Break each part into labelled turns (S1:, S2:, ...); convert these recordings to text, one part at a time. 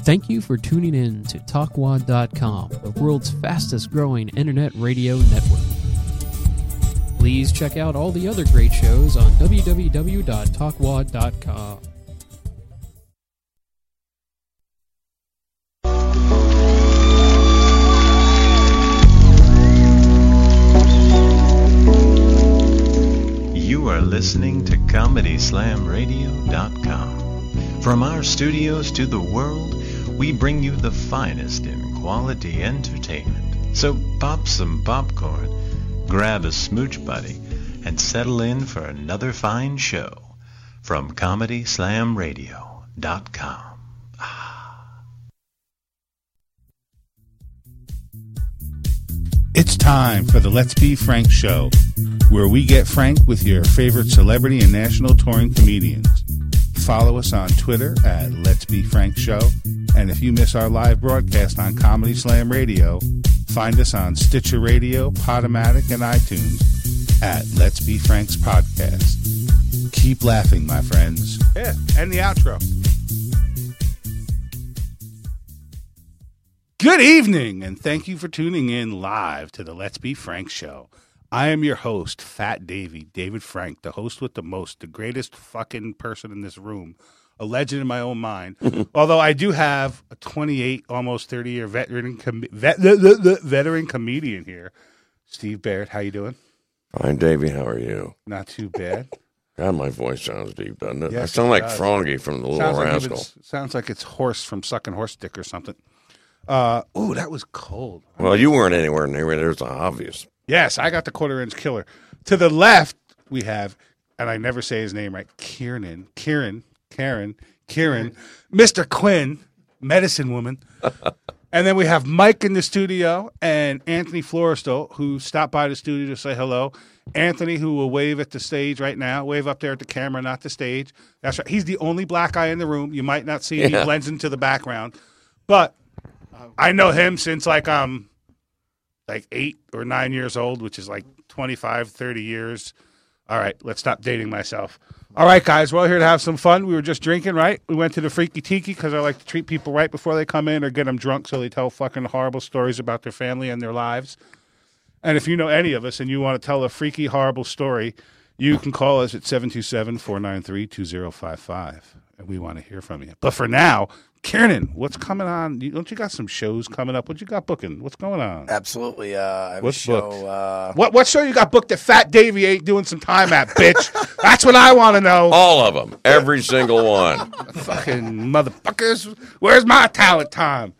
S1: Thank you for tuning in to TalkWad.com, the world's fastest growing internet radio network. Please check out all the other great shows on www.talkwad.com.
S2: You are listening to ComedySlamRadio.com. From our studios to the world, we bring you the finest in quality entertainment. So pop some popcorn, grab a smooch buddy, and settle in for another fine show from ComedySlamRadio.com.
S3: It's time for the Let's Be Frank show, where we get frank with your favorite celebrity and national touring comedians. Follow us on Twitter at Let's Be Frank Show, and if you miss our live broadcast on Comedy Slam Radio, find us on Stitcher Radio, Podomatic, and iTunes at Let's Be Frank's podcast. Keep laughing, my friends. Yeah, and the outro. Good evening, and thank you for tuning in live to the Let's Be Frank show. I am your host, Fat Davy, David Frank, the host with the most, the greatest fucking person in this room, a legend in my own mind. Although I do have a 28, almost 30 year veteran com- vet- the, the, the veteran comedian here, Steve Barrett. How you doing?
S4: Hi, Davey. How are you?
S3: Not too bad.
S4: God, my voice sounds deep, doesn't it? I
S3: Yes,
S4: sound
S3: it
S4: like
S3: does.
S4: Froggy from The Little
S3: like
S4: Rascal.
S3: it's, sounds like it's horse from sucking horse dick or something. Uh, oh, that was cold.
S4: Well, you weren't anywhere near it. There's the obvious.
S3: Yes, I got the quarter inch killer. To the left, we have, and I never say his name right, Kieran, Kieran, Karen, Kieran, Mr. Quinn, medicine woman. and then we have Mike in the studio and Anthony Floristo, who stopped by the studio to say hello. Anthony, who will wave at the stage right now, wave up there at the camera, not the stage. That's right. He's the only black guy in the room. You might not see him. He
S4: Yeah.
S3: blends into the background. But I know him since like um like eight or nine years old, which is like 25, 30 years. All right, let's stop dating myself. All right, guys, we're all here to have some fun. We were just drinking, right? We went to the Freaky Tiki because I like to treat people right before they come in or get them drunk so they tell fucking horrible stories about their family and their lives. And if you know any of us and you want to tell a freaky, horrible story, you can call us at 727 493 2055. And we want to hear from you. But for now, Kiernan, what's coming on? You- Don't you got some shows coming up? What you got booking? What's going on?
S5: Absolutely. Uh, I have
S3: What's
S5: a show.
S3: booked?
S5: Uh,
S3: What what show you got booked that Fat Davy ain't doing some time at, bitch? That's what I want to know.
S4: All of them. Every single one.
S3: Fucking motherfuckers, where's my talent time?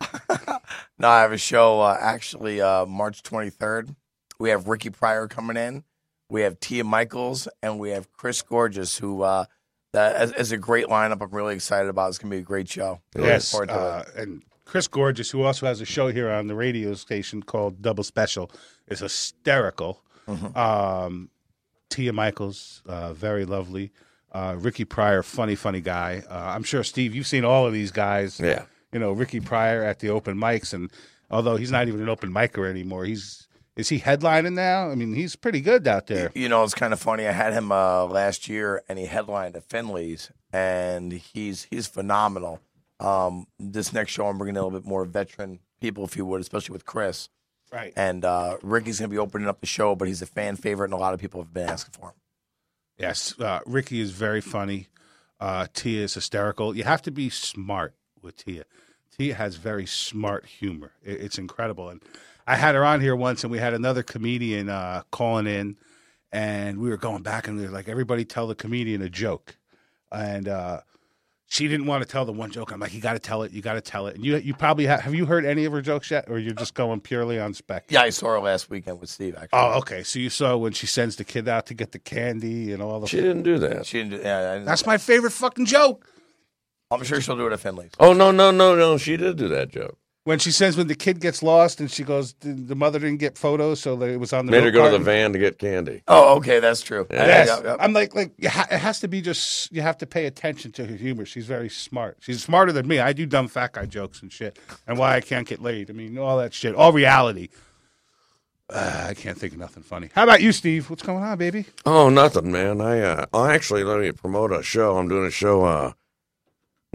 S5: no, I have a show uh, actually uh, March 23rd. We have Ricky Pryor coming in. We have Tia Michaels and we have Chris Gorgeous, who uh, that is, is a great lineup. I'm really excited about. It's going to be a great show. Really
S3: Yes,
S5: look forward to it.
S3: uh, and Chris Gorgeous, who also has a show here on the radio station called Double Special, is hysterical. Um, Tia Michaels, uh, very lovely. Uh, Ricky Pryor, funny, funny guy. Uh, I'm sure Steve, you've seen all of these guys.
S4: Yeah.
S3: you know Ricky Pryor at the open mics, and although he's not even an open micer anymore, he's is he headlining now? I mean, he's pretty good out there.
S5: You know, it's kind of funny. I had him uh, last year, and he headlined at Finley's, and he's he's phenomenal. Um, this next show, I'm bringing in a little bit more veteran people, if you would, especially with Chris.
S3: Right.
S5: And uh, Ricky's going to be opening up the show, but he's a fan favorite, and a lot of people have been asking for him.
S3: Yes, uh, Ricky is very funny. Uh, Tia is hysterical. You have to be smart with Tia. Tia has very smart humor. I- it's incredible. And I had her on here once, and we had another comedian uh, calling in, and we were going back, and we were like, everybody tell the comedian a joke, and. Uh, she didn't want to tell the one joke. I'm like, you got to tell it. You got to tell it. And you, you probably have. Have you heard any of her jokes yet, or you're just going purely on spec?
S5: Yeah, I saw her last weekend with Steve. Actually,
S3: Oh, okay. So you saw when she sends the kid out to get the candy and all the.
S4: She didn't do that.
S5: she didn't. do- Yeah, I didn't-
S3: That's my favorite fucking joke.
S5: I'm sure she'll do it at Finley's.
S4: Oh, no, no, no, no. She did do that joke.
S3: when she says when the kid gets lost and she goes the, the mother didn't get photos so that it was on the
S4: Made her
S3: milk
S4: go to the
S3: carton.
S4: van to get candy.
S5: Oh, okay, that's true. Yeah,
S3: yes
S5: yeah, yeah.
S3: i'm like like you ha- it has to be just you have to pay attention to her humor she's very smart she's smarter than me i do dumb fat guy jokes and shit and why i can't get laid i mean all that shit all reality Ah, i can't think of nothing funny how about you steve what's going on baby
S4: Oh, nothing, man. I uh, oh, actually let me promote a show. I'm doing a show uh,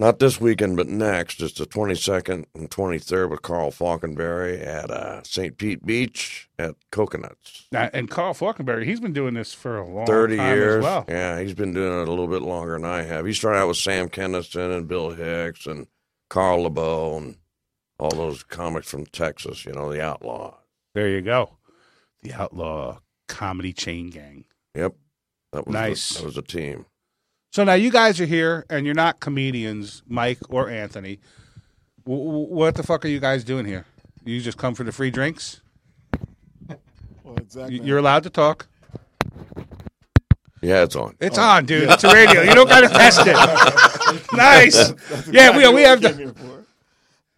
S4: Not this weekend, but next. It's the 22nd and 23rd with Carl Falkenberry at uh, St. Pete Beach at Coconuts.
S3: Now, and Carl Falkenberg, he's been doing this for a long
S4: 30
S3: time
S4: years.
S3: as well.
S4: Yeah, he's been doing it a little bit longer than I have. He started out with Sam Kennison and Bill Hicks and Carl LeBeau and all those comics from Texas, you know, the Outlaw.
S3: There you go. The Outlaw Comedy Chain Gang.
S4: Yep. That was the-
S3: Nice.
S4: that was a team.
S3: So now you guys are here, and you're not comedians, Mike or Anthony. W- w- what the fuck are you guys doing here? You just come for the free drinks?
S6: Well, exactly.
S3: Y- You're allowed to talk.
S4: Yeah, it's on.
S3: It's on, dude. It's a radio. You don't gotta test it. nice. Yeah, we we have
S6: came
S3: the.
S6: here for.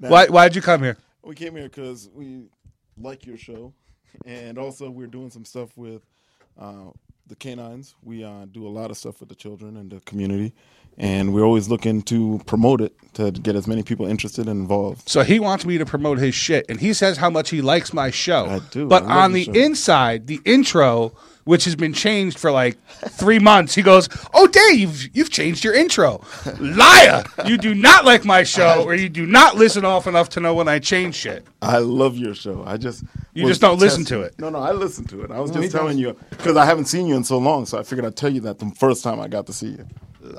S3: Why why'd you come here?
S6: We came here because we like your show, and also we're doing some stuff with uh, the canines. We uh, do a lot of stuff with the children and the community, and we're always looking to promote it to get as many people interested and involved.
S3: So he wants me to promote his shit, and he says how much he likes my show.
S6: I do.
S3: But
S6: I love
S3: on the
S6: your show.
S3: inside, the intro, which has been changed for like three months, he goes, "Oh, Dave, you've changed your intro, liar! You do not like my show, or you do not listen off enough to know when I change shit."
S6: I love your show. I just
S3: You
S6: was
S3: just don't listen
S6: testing-
S3: to it.
S6: No, no, I listen to it. I was just telling you because I haven't seen you in so long, so I figured I'd tell you that the first time I got to see you.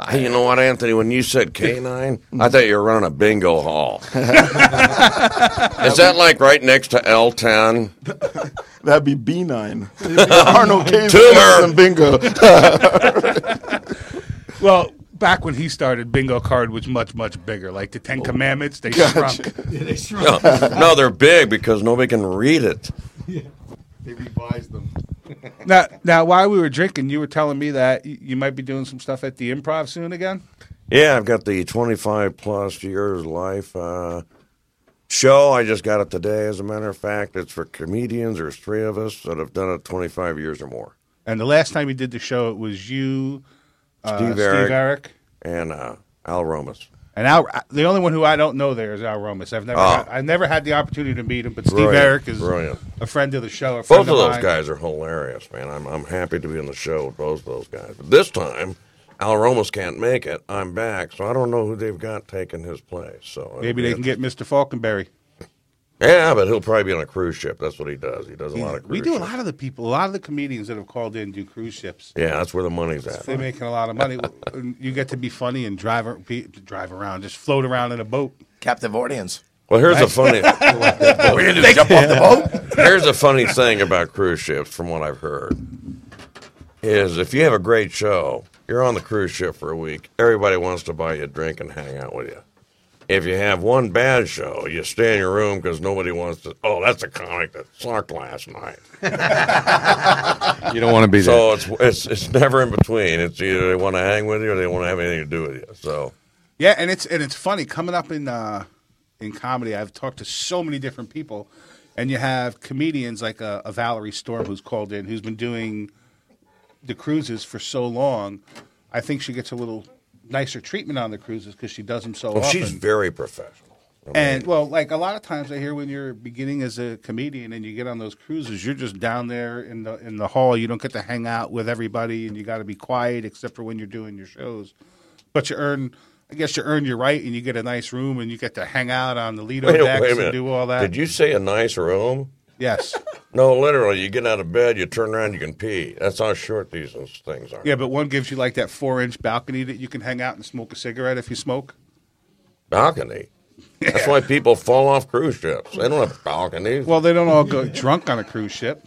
S4: Hey, you know what, Anthony? When you said canine, I thought you were running a bingo hall. Is that like right next to L10?
S6: That'd be B nine. Arnold K's
S4: Tumor.
S6: and bingo.
S3: Well, back when he started, bingo card was much much bigger. Like the
S6: Oh,
S3: Ten Commandments, they shrunk.
S4: No, no, they're big because nobody can read it.
S6: they revised them.
S3: Now, now, while we were drinking, you were telling me that y- you might be doing some stuff at the Improv soon again.
S4: Yeah, I've got the 25 plus years life uh, show. I just got it today, as a matter of fact. It's for comedians. There's three of us that have done it 25 years or more.
S3: And the last time you did the show, it was you, uh,
S4: Steve
S3: Steve
S4: Eric.
S3: Eric,
S4: And uh, Al Romas.
S3: and Al. uh, The only one who I don't know there is Al Romas. I've never,
S4: Oh.
S3: had, I've never had the opportunity to meet him, but Steve
S4: Brilliant,
S3: Eric is
S4: brilliant.
S3: a friend of the show. A
S4: Both
S3: friend
S4: of those
S3: mine.
S4: guys are hilarious, man. I'm I'm happy to be in the show with both of those guys. But this time, Al Romas can't make it. I'm back, so I don't know who they've got taking his place. So
S3: Maybe they can get Mr. Falkenberry.
S4: Yeah, but he'll probably be on a cruise ship. That's what he does. He does a lot of. Cruise
S3: We do a
S4: ships.
S3: lot of the people, a lot of the comedians that have called in do cruise ships.
S4: Yeah, that's where the money's at.
S3: They're making a lot of money. And you get to be funny and drive ar- be- drive around, just float around in a boat.
S5: Captive audience.
S4: Well, here's the funny.
S5: We're gonna do jump off the boat.
S4: here's the funny thing about cruise ships, from what I've heard, is if you have a great show, you're on the cruise ship for a week. Everybody wants to buy you a drink and hang out with you. If you have one bad show, you stay in your room because nobody wants to. Oh, that's a comic that sucked last night.
S7: You don't want to be there.
S4: So it's it's it's never in between. It's either they want to hang with you or they want to have anything to do with you. So
S3: Yeah, and it's and it's funny coming up in uh, in comedy. I've talked to so many different people, and you have comedians like uh, a, a Valerie Storm who's called in, who's been doing the cruises for so long. I think she gets a little nicer treatment on the cruises because she does them so
S4: well,
S3: often.
S4: Oh, she's very professional. I mean,
S3: and well, like a lot of times I hear when you're beginning as a comedian and you get on those cruises, you're just down there in the in the hall. You don't get to hang out with everybody, and you got to be quiet except for when you're doing your shows. But you earn, I guess you earn your right, and you get a nice room, and you get to hang out on the Lido
S4: wait, a-
S3: decks
S4: wait a
S3: and
S4: minute.
S3: do all that.
S4: Did you say a nice room?
S3: Yes.
S4: No, literally, you get out of bed, you turn around, you can pee. That's how short these things are.
S3: Yeah, but one gives you like that four inch balcony that you can hang out and smoke a cigarette if you smoke.
S4: Balcony. That's why people fall off cruise ships. They don't have balconies.
S3: Well, they don't all go drunk on a cruise ship.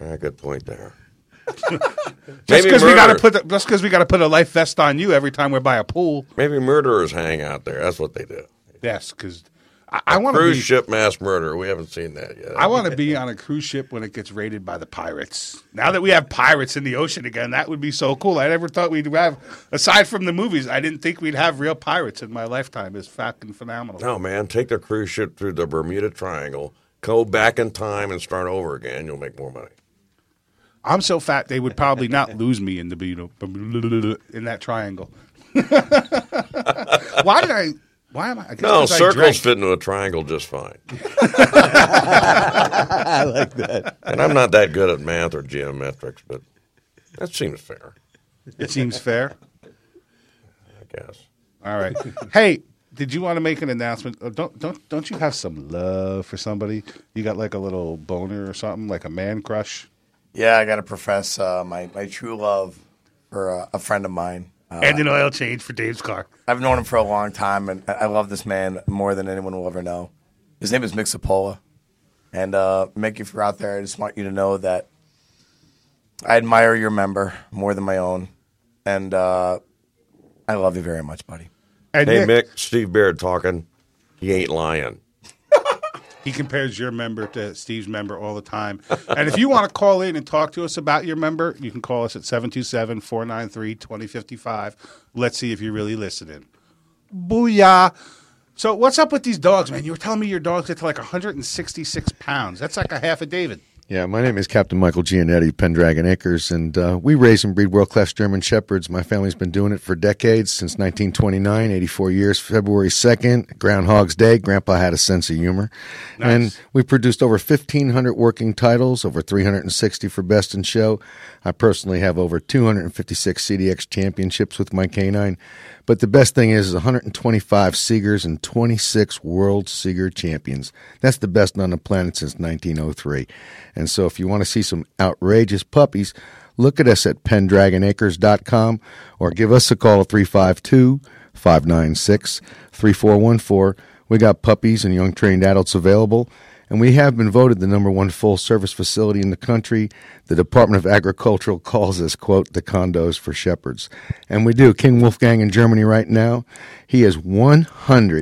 S4: Ah, good point there.
S3: Just
S4: Maybe
S3: because we got to
S4: murder-
S3: put the, just because we got to put a life vest on you every time we're by a pool.
S4: Maybe murderers hang out there. That's what they do.
S3: Yes, because I, I want to
S4: Cruise
S3: be,
S4: ship mass murder. We haven't seen that yet.
S3: I want to be on a cruise ship when it gets raided by the pirates. Now that we have pirates in the ocean again, that would be so cool. I never thought we'd have, aside from the movies, I didn't think we'd have real pirates in my lifetime. It's fucking phenomenal.
S4: No, man, take the cruise ship through the Bermuda Triangle, go back in time, and start over again. You'll make more money.
S3: I'm so fat they would probably not lose me in the you know, in that triangle. why did I? Why am I? I guess
S4: No,
S3: 'cause I
S4: circles
S3: drank.
S4: fit into a triangle just fine. I like that. And I'm not that good at math or geometrics, but that seems fair,
S3: It seems fair.
S4: I guess.
S3: All right. hey, did you want to make an announcement? Uh, Don't don't don't you have some love for somebody? You got like a little boner or something, like a man crush.
S5: Yeah, I got to profess uh, my, my true love for uh, a friend of mine. Uh,
S3: and an oil change for Dave's car.
S5: I've known him for a long time, and I I love this man more than anyone will ever know. His name is Mick Sapola. And uh, Mick, if you're out there, I just want you to know that I admire your member more than my own. And uh, I love you very much, buddy.
S3: And
S4: Hey,
S3: Nick,
S4: Mick, Steve Baird talking. He ain't lying.
S3: He compares your member to Steve's member all the time. and if you want to call in and talk to us about your member, you can call us at 727 493 2055. Let's see if you're really listening. Booyah. So, what's up with these dogs, man? You were telling me your dogs get to like 166 pounds. That's like a half a David.
S7: Yeah, my name is Captain Michael Gianetti, Pendragon Acres, and uh, we raise and breed world class German Shepherds. My family's been doing it for decades, since 1929, 84 years, February 2nd, Groundhog's Day. Grandpa had a sense of humor. And we produced over 1,500 working titles, over 360 for Best in Show. I personally have over 256 CDX championships with my canine. But the best thing is, is 125 Seegers and 26 World Seeger Champions. That's the best on the planet since 1903. And so if you want to see some outrageous puppies, look at us at pendragonacres.com or give us a call at 352 596 3414. We got puppies and young trained adults available. And we have been voted the number one full service facility in the country. The Department of Agricultural calls us, quote, the condos for shepherds. And we do. King Wolfgang in Germany right now, he is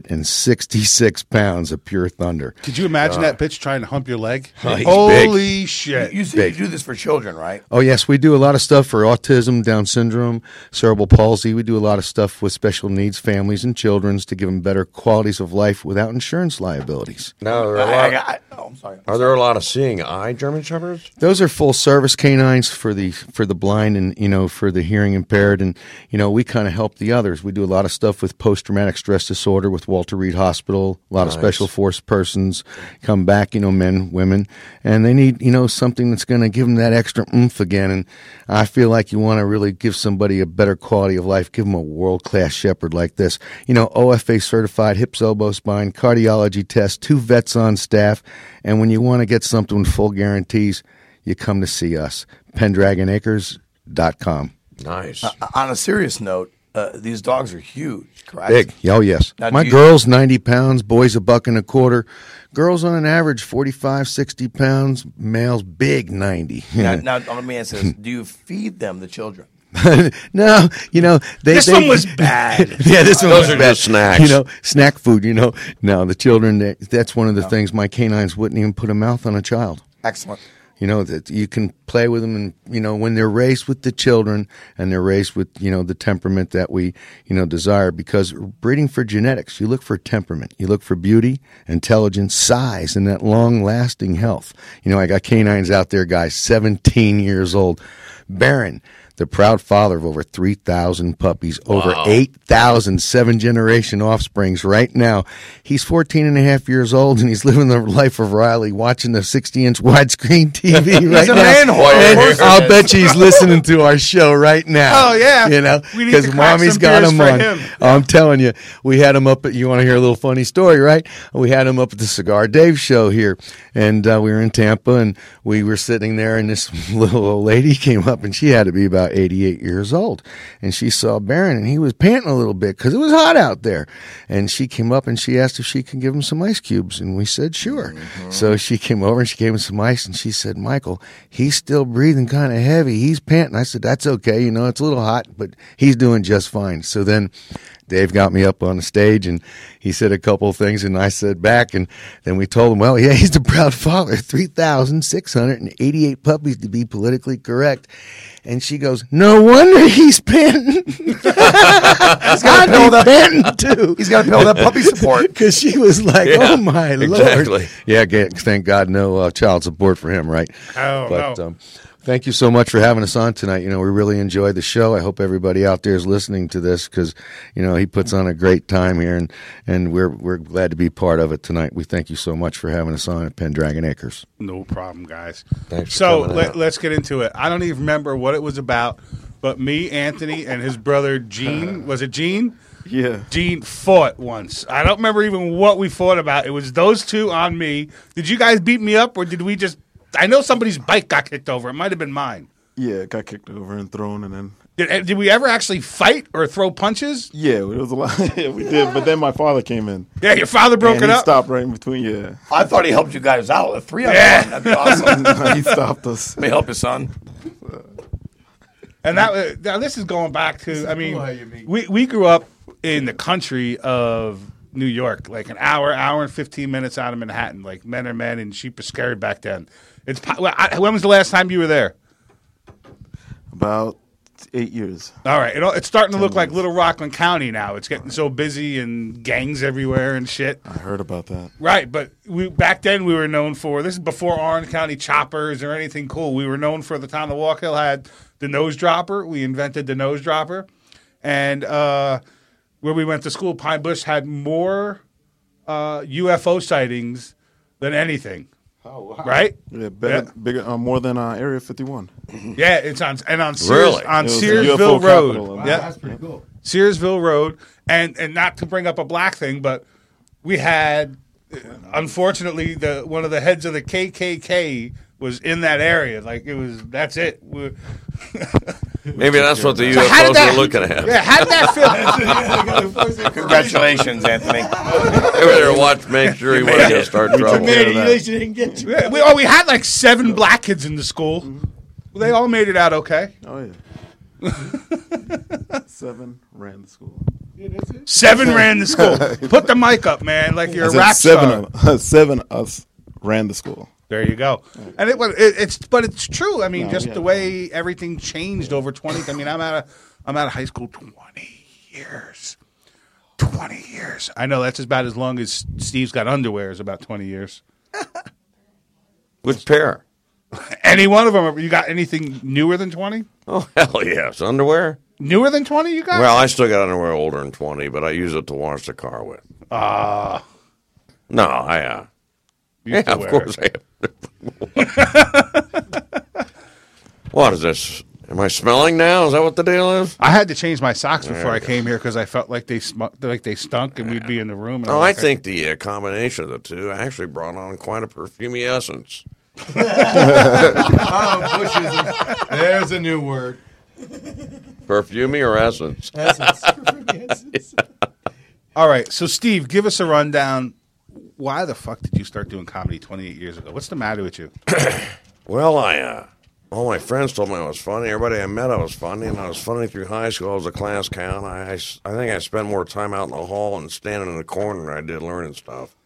S7: 166 pounds of pure thunder.
S3: Could you imagine that bitch trying to hump your leg?
S4: he's
S3: Holy shit.
S5: You said you do this for children, right?
S7: Oh yes, we do a lot of stuff for autism, Down syndrome, cerebral palsy. We do a lot of stuff with special needs families and childrens to give them better qualities of life without insurance liabilities.
S4: No, there are, a
S5: I,
S4: lot,
S5: I, I, oh, I'm sorry.
S4: are there a lot of seeing eye German Shepherds?
S7: Those are full service canines for the for the blind and you know for the hearing impaired and you know we kind of help the others. We do a lot of stuff with post traumatic stress disorder with Walter Reed Hospital. A lot of special force persons come back, you know, men, women, and they need you know something that's going to give them that extra oomph again. And I feel like you want to really give somebody a better quality of life. Give them a world class shepherd like this. You know, OFA certified hips, elbow, spine, cardiology test, two vets on staff. And when you want to get something with full guarantees, you come to see us. PendragonAcres.com.
S4: Nice.
S5: On a serious note, uh, these dogs are huge, correct?
S7: Big. Oh, yes.
S5: Now,
S7: My
S5: do you-
S7: girl's 90 pounds, boy's a buck and a quarter. Girls on an average 45, 60 pounds, males big 90.
S5: Now, now, let me ask this: Do you feed them the children?
S7: no, you know they.
S3: This
S7: they-
S3: one was bad.
S7: yeah, this one
S4: Those
S7: was
S4: are
S7: bad.
S4: just snacks.
S7: You know, snack food. You know, no, the children. That, that's one of the things my canines wouldn't even put a mouth on a child.
S5: Excellent.
S7: You know that you can play with them, and you know when they're raised with the children, and they're raised with you know the temperament that we you know desire. Because breeding for genetics, you look for temperament, you look for beauty, intelligence, size, and that long-lasting health. You know, I got canines out there, guys, seventeen years old, Baron, the proud father of over 3,000 puppies, over 8,000 seven generation offsprings right now. He's 14 and a half years old and he's living the life of Riley watching the 60 inch widescreen TV right
S5: a
S7: now.
S5: manhole.
S7: And
S5: Of course he
S7: I'll
S5: is.
S7: bet you he's listening to our show right now.
S3: Oh, yeah.
S7: You know,
S3: We need to
S7: because
S3: crack
S7: mommy's
S3: some
S7: got
S3: beers
S7: him
S3: for
S7: on.
S3: him.
S7: I'm telling you, we had him up at, you want to hear a little funny story, right? We had him up at the Cigar Dave show here, and uh, we were in Tampa, and we were sitting there, and this little old lady came up, and she had to be about 88 years old, and she saw Baron, and he was panting a little bit because it was hot out there, and she came up, and she asked if she could give him some ice cubes, and we said sure.
S3: Mm-hmm.
S7: So she came over, and she gave him some ice, and she said, Michael, he's still breathing kind of heavy, he's panting. I said, that's okay, you know, it's a little hot, but he's doing just fine. So then. Dave got me up on the stage and he said a couple of things and I said back and then we told him, well, yeah, he's the proud father, 3,688 puppies to be politically correct. And she goes, no wonder he's panting. he's got to be panting too.
S5: He's got to build up puppy support.
S7: Because she was like,
S4: Yeah,
S7: oh my lord.
S4: exactly.
S7: Yeah, ga- thank God no uh, child support for him, right?
S3: Oh,
S7: but,
S3: no.
S7: um, thank you so much for having us on tonight. You know, we really enjoyed the show. I hope everybody out there is listening to this because, you know, he puts on a great time here and, and we're, we're glad to be part of it tonight. We thank you so much for having us on at Pendragon Acres.
S3: No problem, guys.
S4: Thanks for
S3: so
S4: coming
S3: let,
S4: out.
S3: let's get into it. I don't even remember what it was about, but me, Anthony, and his brother Gene was it Gene?
S6: Yeah.
S3: Gene fought once. I don't remember even what we fought about. It was those two on me. Did you guys beat me up or did we just. I know somebody's bike got kicked over. It might have been mine.
S6: Yeah, it got kicked over and thrown, and then
S3: Did, did we ever actually fight or throw punches?
S6: yeah, it was a lot. yeah, we did, but then my father came in.
S3: Yeah, your father broke
S6: and
S3: it
S6: he
S3: up.
S6: stopped right in between. Yeah,
S5: I thought he helped you guys out. The three on one. That'd be awesome.
S6: he stopped us.
S5: Let me help you, son.
S3: And that was, now this is going back to I mean we, we grew up in the country of New York, like an hour, hour and fifteen minutes out of Manhattan. Like men are men and sheep are scared back then. It's po- well, I, when was the last time you were there?
S6: About eight years.
S3: All right, it, all- it's starting to look like Little Rockland County now. It's getting so busy and gangs everywhere and shit.
S6: I heard about that.
S3: Right, but we back then we were known for this is before Orange County choppers or anything cool. We were known for the town of Walk Hill had the nose dropper. We invented the nose dropper, and uh, where we went to school, Pine Bush had more uh, UFO sightings than anything. Oh wow! Right?
S6: Yeah, better,
S3: Yeah.
S6: bigger, uh, more than uh, Area 51.
S3: Yeah, it's on and on Sears,
S4: Really?
S3: on
S6: It was the
S3: Searsville
S6: UFO
S3: Road.
S6: capital of-
S3: yeah,
S6: Wow,
S8: That's pretty cool.
S3: Searsville Road, and and not to bring up a black thing, but we had uh, unfortunately the one of the heads of the KKK was in that area. Like it was that's it. We're-
S4: Maybe that's what the
S3: how did
S4: UFOs
S3: that-
S4: are looking at.
S3: yeah, how did that feel?
S5: Congratulations, Anthony.
S4: They better watch, make sure he wasn't going to start trouble.
S6: made it.
S8: Man, you know you didn't get you.
S3: Yeah, we, oh, we had like seven black kids in the school. They all made it out okay.
S6: Oh yeah. Seven ran the school.
S3: Seven ran the school. Put the mic up, man, like you're
S6: I
S3: a
S6: said
S3: rap
S6: seven,
S3: star.
S6: of, seven us ran the school.
S3: There you go.
S4: Mm.
S3: And it was it, it's but it's true. I mean, just
S6: yeah.
S3: the way everything changed over twenty. I mean, I'm out of I'm out of high school twenty years. Twenty years. I know that's about as long as Steve's got underwear is about twenty years.
S4: Which pair?
S3: Any one of them? You got anything newer than twenty?
S4: Oh, hell yes. Underwear?
S3: Newer than twenty? You got?
S4: Well, I still got underwear older than 20, but I use it to wash the car with. Ah. no, I, uh,
S3: You
S4: yeah,
S3: still
S4: of
S3: wear
S4: course
S3: it.
S4: I have. what is this? Am I smelling now? Is that what the deal is?
S3: I had to change my socks before I came here because I felt like they sm- like they stunk and we'd be in the room. And
S4: No,
S3: I'm
S4: I
S3: like,
S4: think the uh, combination of the two actually brought on quite a perfumy essence.
S8: Oh, bushes. and- There's a new word.
S4: Perfumy or essence?
S8: Essence. Essence.
S3: All right, so Steve, give us a rundown. Why the fuck did you start doing comedy 28 years ago? What's the matter with you?
S4: Well, I uh, all my friends told me I was funny. Everybody I met, I was funny, and I was funny through high school. I was a class clown. I, I s- I think I spent more time out in the hall and standing in the corner than I did learning stuff.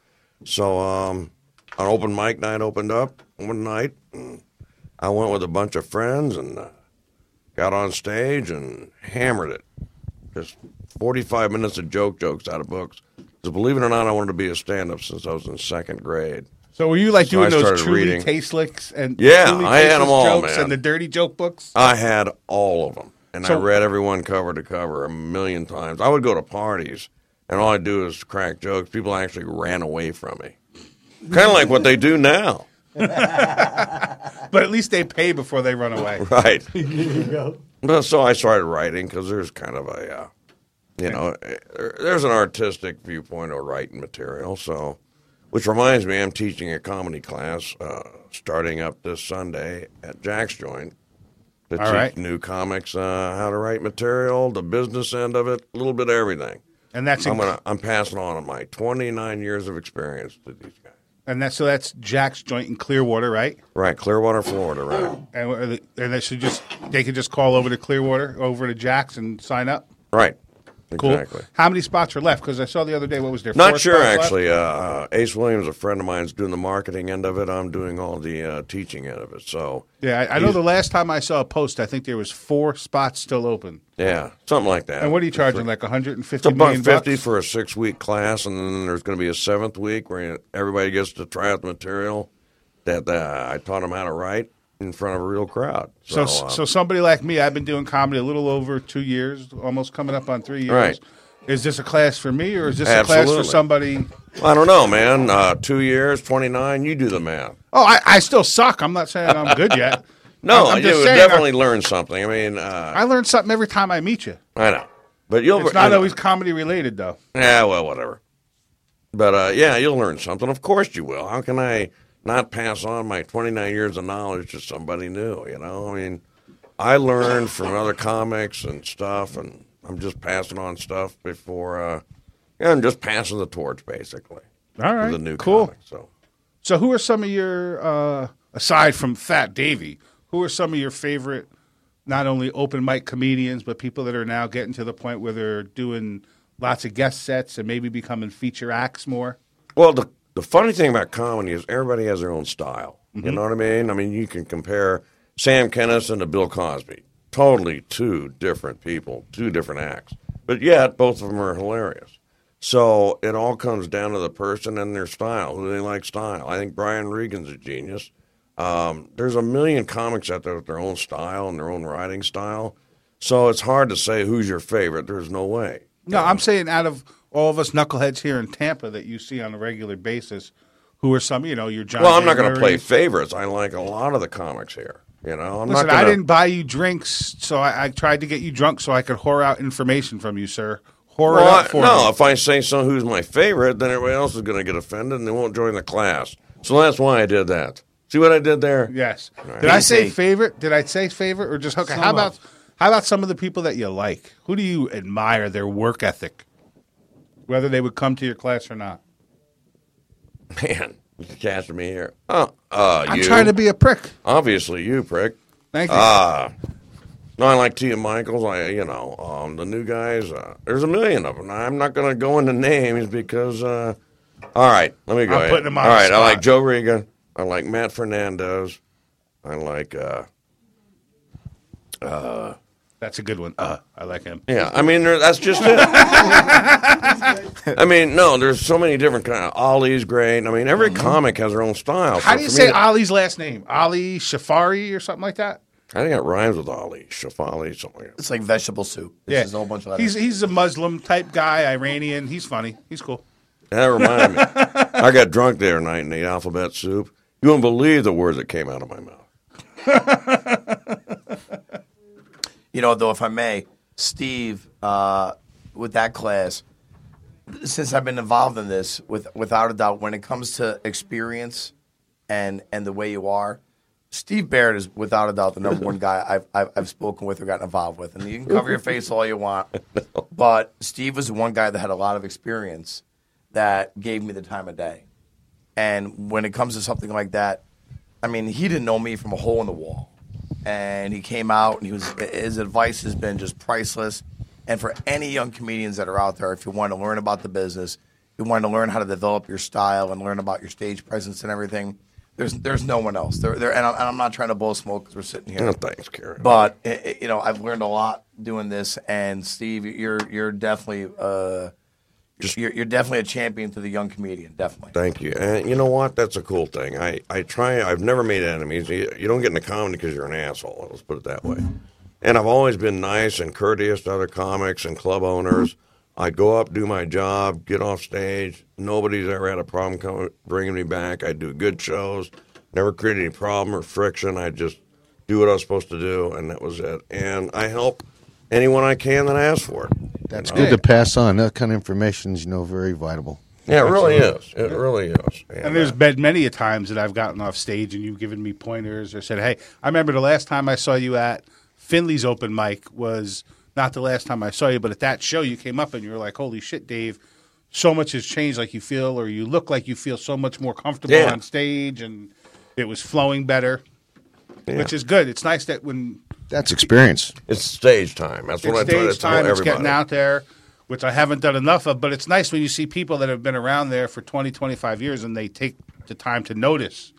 S4: So, um, an open mic night opened up one night. And I went with a bunch of friends and uh, got on stage and hammered it. Just 45 minutes of joke jokes out of books. 'Cause believe it or not, I wanted to be a stand-up since I was in second grade.
S3: So were you like
S4: So
S3: doing
S4: I
S3: those
S4: started
S3: truly
S4: reading.
S3: tasteless and
S4: Yeah,
S3: truly
S4: I had 'em
S3: tasteless
S4: all,
S3: jokes
S4: man.
S3: and the dirty joke books?
S4: I had all of them, and I
S3: So-
S4: read every one cover to cover a million times. I would go to parties, and all I'd do is crack jokes. People actually ran away from me, kind of like what they do now,
S3: But at least they pay before they run away.
S4: right?
S8: There you go.
S4: But so I started writing because there's kind of a, uh, you know, eh, there- there's an artistic viewpoint of writing material. So, which reminds me, I'm teaching a comedy class uh, starting up this Sunday at Jack's Joint to
S3: All
S4: teach
S3: right.
S4: new comics uh, how to write material, the business end of it, a little bit of everything.
S3: And that's
S4: I'm gonna I'm passing on my 29 years of experience to these guys.
S3: and that's so that's Jack's Joint in Clearwater, right?
S4: Right, Clearwater, Florida, right.
S3: And wh- and they should just they could just call over to Clearwater, over to Jack's, and sign up.
S4: Right.
S3: Cool.
S4: Exactly.
S3: How many spots are left? Because I saw the other day what was there. four
S4: Not sure,
S3: spots left?
S4: actually. Uh, uh, Ace Williams, a friend of mine, is doing the marketing end of it. I'm doing all the uh, teaching end of it. So
S3: Yeah, I, I know. The last time I saw a post, I think there was four spots still open.
S4: yeah, something like that.
S3: And what are you charging? Like 150
S4: It's a buck
S3: million
S4: fifty
S3: bucks?
S4: for a six week class, and then there's going to be a seventh week where everybody gets to try out the material that uh, I taught them how to write in front of a real crowd.
S3: So,
S4: So,
S3: so,
S4: uh,
S3: somebody like me, I've been doing comedy a little over two years, almost coming up on three years.
S4: Right.
S3: Is this a class for me, or is this a class for
S4: Absolutely.
S3: somebody?
S4: I don't know, man. Uh, two years, twenty nine. You do the math.
S3: Oh, I, I still suck. I'm not saying I'm good yet.
S4: No,
S3: I'm- I'm
S4: you
S3: just
S4: would
S3: saying,
S4: definitely learn something. I mean, uh,
S3: I learn something every time I meet you.
S4: I know. But you'll
S3: It's not always comedy related, though.
S4: Yeah, well, whatever. But uh, yeah, you'll learn something. Of course you will. How can I not pass on my 29 years of knowledge to somebody new? You know, I mean, I learned from other comics and stuff, and I'm just passing on stuff before. Uh, yeah, I'm just passing the torch basically.
S3: All
S4: to
S3: right,
S4: the new
S3: cool.
S4: comic. So
S3: So, who are some of your uh, aside from Fat Davy? Who are some of your favorite, not only open mic comedians, but people that are now getting to the point where they're doing lots of guest sets and maybe becoming feature acts more?
S4: Well, the the funny thing about comedy is everybody has their own style. You know what I mean? I mean, you can compare Sam Kennison to Bill Cosby. Totally two different people, two different acts. But yet, both of them are hilarious. So it all comes down to the person and their style. Who they like style. I think Brian Regan's a genius. Um, there's a million comics out there with their own style and their own writing style. So it's hard to say who's your favorite. There's no way.
S3: No, I'm saying out of all of us knuckleheads here in Tampa that you see on a regular basis, who are some? You know, your John.
S4: well, I'm not going
S3: going
S4: to play favorites. I like a lot of the comics here. You know, I'm
S3: Listen,
S4: not. Gonna,
S3: I didn't buy you drinks, so I, I tried to get you drunk so I could whore out information from you, sir. Whore it
S4: Well, I-
S3: out for
S4: no,
S3: me.
S4: if I say so, who's my favorite, then everybody else is going to get offended and they won't join the class. So that's why I did that. See what I did there?
S3: Yes.
S4: right.
S3: Did I say
S5: Easy.
S3: favorite? Did I say favorite or just okay? How about how about some of the people that you like? Who do you admire their work ethic? Whether they would come to your class or not.
S4: Man, you casting me here. Oh, uh,
S3: I'm
S4: you.
S3: trying to be a prick.
S4: Obviously, you prick.
S3: Thank you.
S4: No, I like Tia Michaels. I, you know, um, the new guys. Uh, there's a million of them. I'm not going to go into names because. Uh, all right, let me go.
S3: I'm
S4: ahead.
S3: putting them on
S4: All
S3: the
S4: right, I
S3: spot.
S4: like Joe Regan. I like Matt Fernandez. I like. Uh,
S3: That's a good one. Uh, I like him.
S4: Yeah, I mean there, that's just it. I mean, no, there's so many different kind of Ollie's great. I mean, every comic has their own style.
S3: Mm-hmm. How
S4: So
S3: do you
S4: for
S3: say
S4: me,
S3: Ali's last name? Ali Shafari or something like that?
S4: I think it rhymes with Ollie, Shafali, something. Like that.
S5: It's like vegetable soup. It's just a whole bunch of
S3: he's
S5: letters.
S3: he's a Muslim type guy, Iranian. He's funny. He's cool.
S4: that reminded me. I got drunk the other night and ate alphabet soup. You wouldn't believe the words that came out of my mouth.
S5: You know, though, if I may, Steve, uh, with that class, since I've been involved in this, with without a doubt, when it comes to experience and and the way you are, Steve Barrett is without a doubt the number one guy I've, I've I've spoken with or gotten involved with, and you can cover your face all you want, but Steve was the one guy that had a lot of experience that gave me the time of day, and when it comes to something like that, I mean, he didn't know me from a hole in the wall, and he came out and he was his advice has been just priceless. And for any young comedians that are out there, if you want to learn about the business, you want to learn how to develop your style and learn about your stage presence and everything, there's there's no one else. There, there, and, I'm, and I'm not trying to blow smoke because we're sitting here.
S4: No, Oh, thanks, Karen.
S5: But i- i- you know, I've learned a lot doing this, and Steve, you're you're definitely uh, you're, you're definitely a champion to the young comedian, definitely.
S4: Thank you. And you know what? That's a cool thing. I, I try, I've never made enemies. You, you don't get into comedy because you're an asshole. Let's put it that way. And I've always been nice and courteous to other comics and club owners. I go up, do my job, get off stage. Nobody's ever had a problem coming, bringing me back. I do good shows, never create any problem or friction. I just do what I was supposed to do, and that was it. And I help anyone I can that asks for it.
S3: That's
S4: You know?
S7: Good to pass on. That kind of information is, you know, very vital.
S4: Yeah, it really is. It really is.
S3: And there's
S4: uh,
S3: been many a times that I've gotten off stage and you've given me pointers or said, "Hey, I remember the last time I saw you at Finley's open mic was not the last time I saw you, but at that show you came up and you were like, "Holy shit, Dave, so much has changed like you feel or you look like you feel so much more comfortable
S4: Yeah.
S3: on stage and it was flowing better."
S4: yeah.
S3: Which is good. It's nice that when
S7: That's experience.
S4: It's stage time. That's what I
S3: it's
S4: try to
S3: stage
S4: tell
S3: time, it's
S4: everybody.
S3: getting out there, which I haven't done enough of, but it's nice when you see people that have been around there for 20, 25 years and they take the time to notice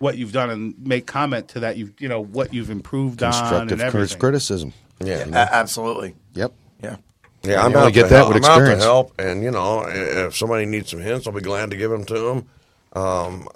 S3: what you've done and make comment to that you you know what you've improved on and
S7: Constructive
S3: everything.
S7: criticism.
S4: Yeah, Uh,
S5: A- absolutely.
S7: Yep.
S5: Yeah.
S4: yeah. I'm
S7: You only
S4: out
S7: get
S4: to
S7: that
S4: help.
S7: with
S4: I'm out to
S7: experience.
S4: help, and you know, i- if somebody needs some hints, I'll be glad to give them to them. Um,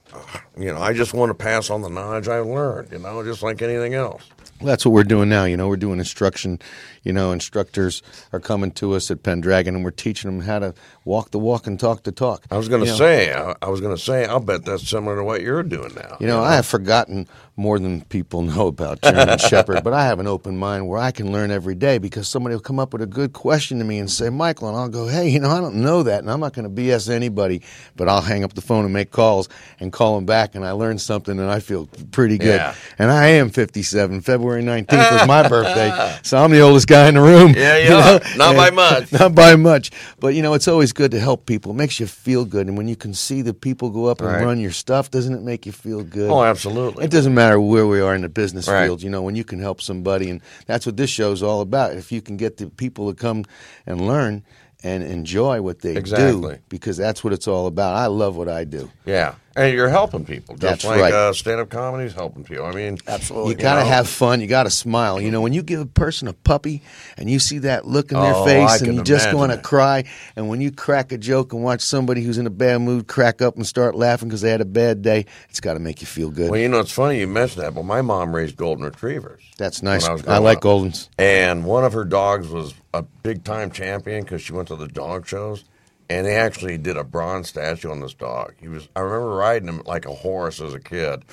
S4: you know, I just want to pass on the knowledge I've learned. You know, just like anything else.
S7: Well, that's what we're doing now. You know, we're doing instruction. You know, instructors are coming to us at Pendragon, and we're teaching them how to walk the walk and talk the talk.
S4: I was going to
S7: You know,
S4: say. I, I was going to say. I'll bet that's similar to what you're doing now.
S7: You know, I have forgotten more than people know about German Shepherd, but I have an open mind where I can learn every day because somebody will come up with a good question to me and say, Michael, and I'll go, hey, you know, I don't know that, and I'm not going to BS anybody, but I'll hang up the phone and make calls and call them back, and I learn something, and I feel pretty good.
S4: Yeah.
S7: And I am 57. February 19th was my birthday, so I'm the oldest guy in the room.
S4: Yeah, you are. Not by much.
S7: Not by much. But, you know, it's always good to help people. It makes you feel good, and when you can see the people go up and
S4: Right.
S7: run your stuff, doesn't it make you feel good?
S4: Oh, absolutely.
S7: It doesn't matter where we are in the business
S4: Right.
S7: field, you know, when you can help somebody, and that's what this show's all about. If you can get the people to come and learn and enjoy what they
S4: Exactly.
S7: do, because that's what it's all about. I love what I do.
S4: Yeah, and you're helping people, just
S7: That's
S4: like
S7: right.
S4: uh, stand-up comedy's helping people. I mean,
S5: Absolutely.
S7: You gotta
S4: Oh, know.
S7: have fun. You gotta smile. You know, when you give a person a puppy and you see that look in their
S4: Oh, I
S7: face
S4: can
S7: and you just
S4: imagine
S7: want to
S4: that.
S7: cry, and when you crack a joke and watch somebody who's in a bad mood crack up and start laughing because they had a bad day, it's got to make you feel good.
S4: well, you know, it's funny you mentioned that, but my mom raised golden retrievers,
S7: that's nice.
S4: when I was
S7: I,
S4: growing
S7: like
S4: up.
S7: Goldens.
S4: and one of her dogs was a big-time champion because she went to the dog shows, and they actually did a bronze statue on this dog. He was, I remember riding him like a horse as a kid.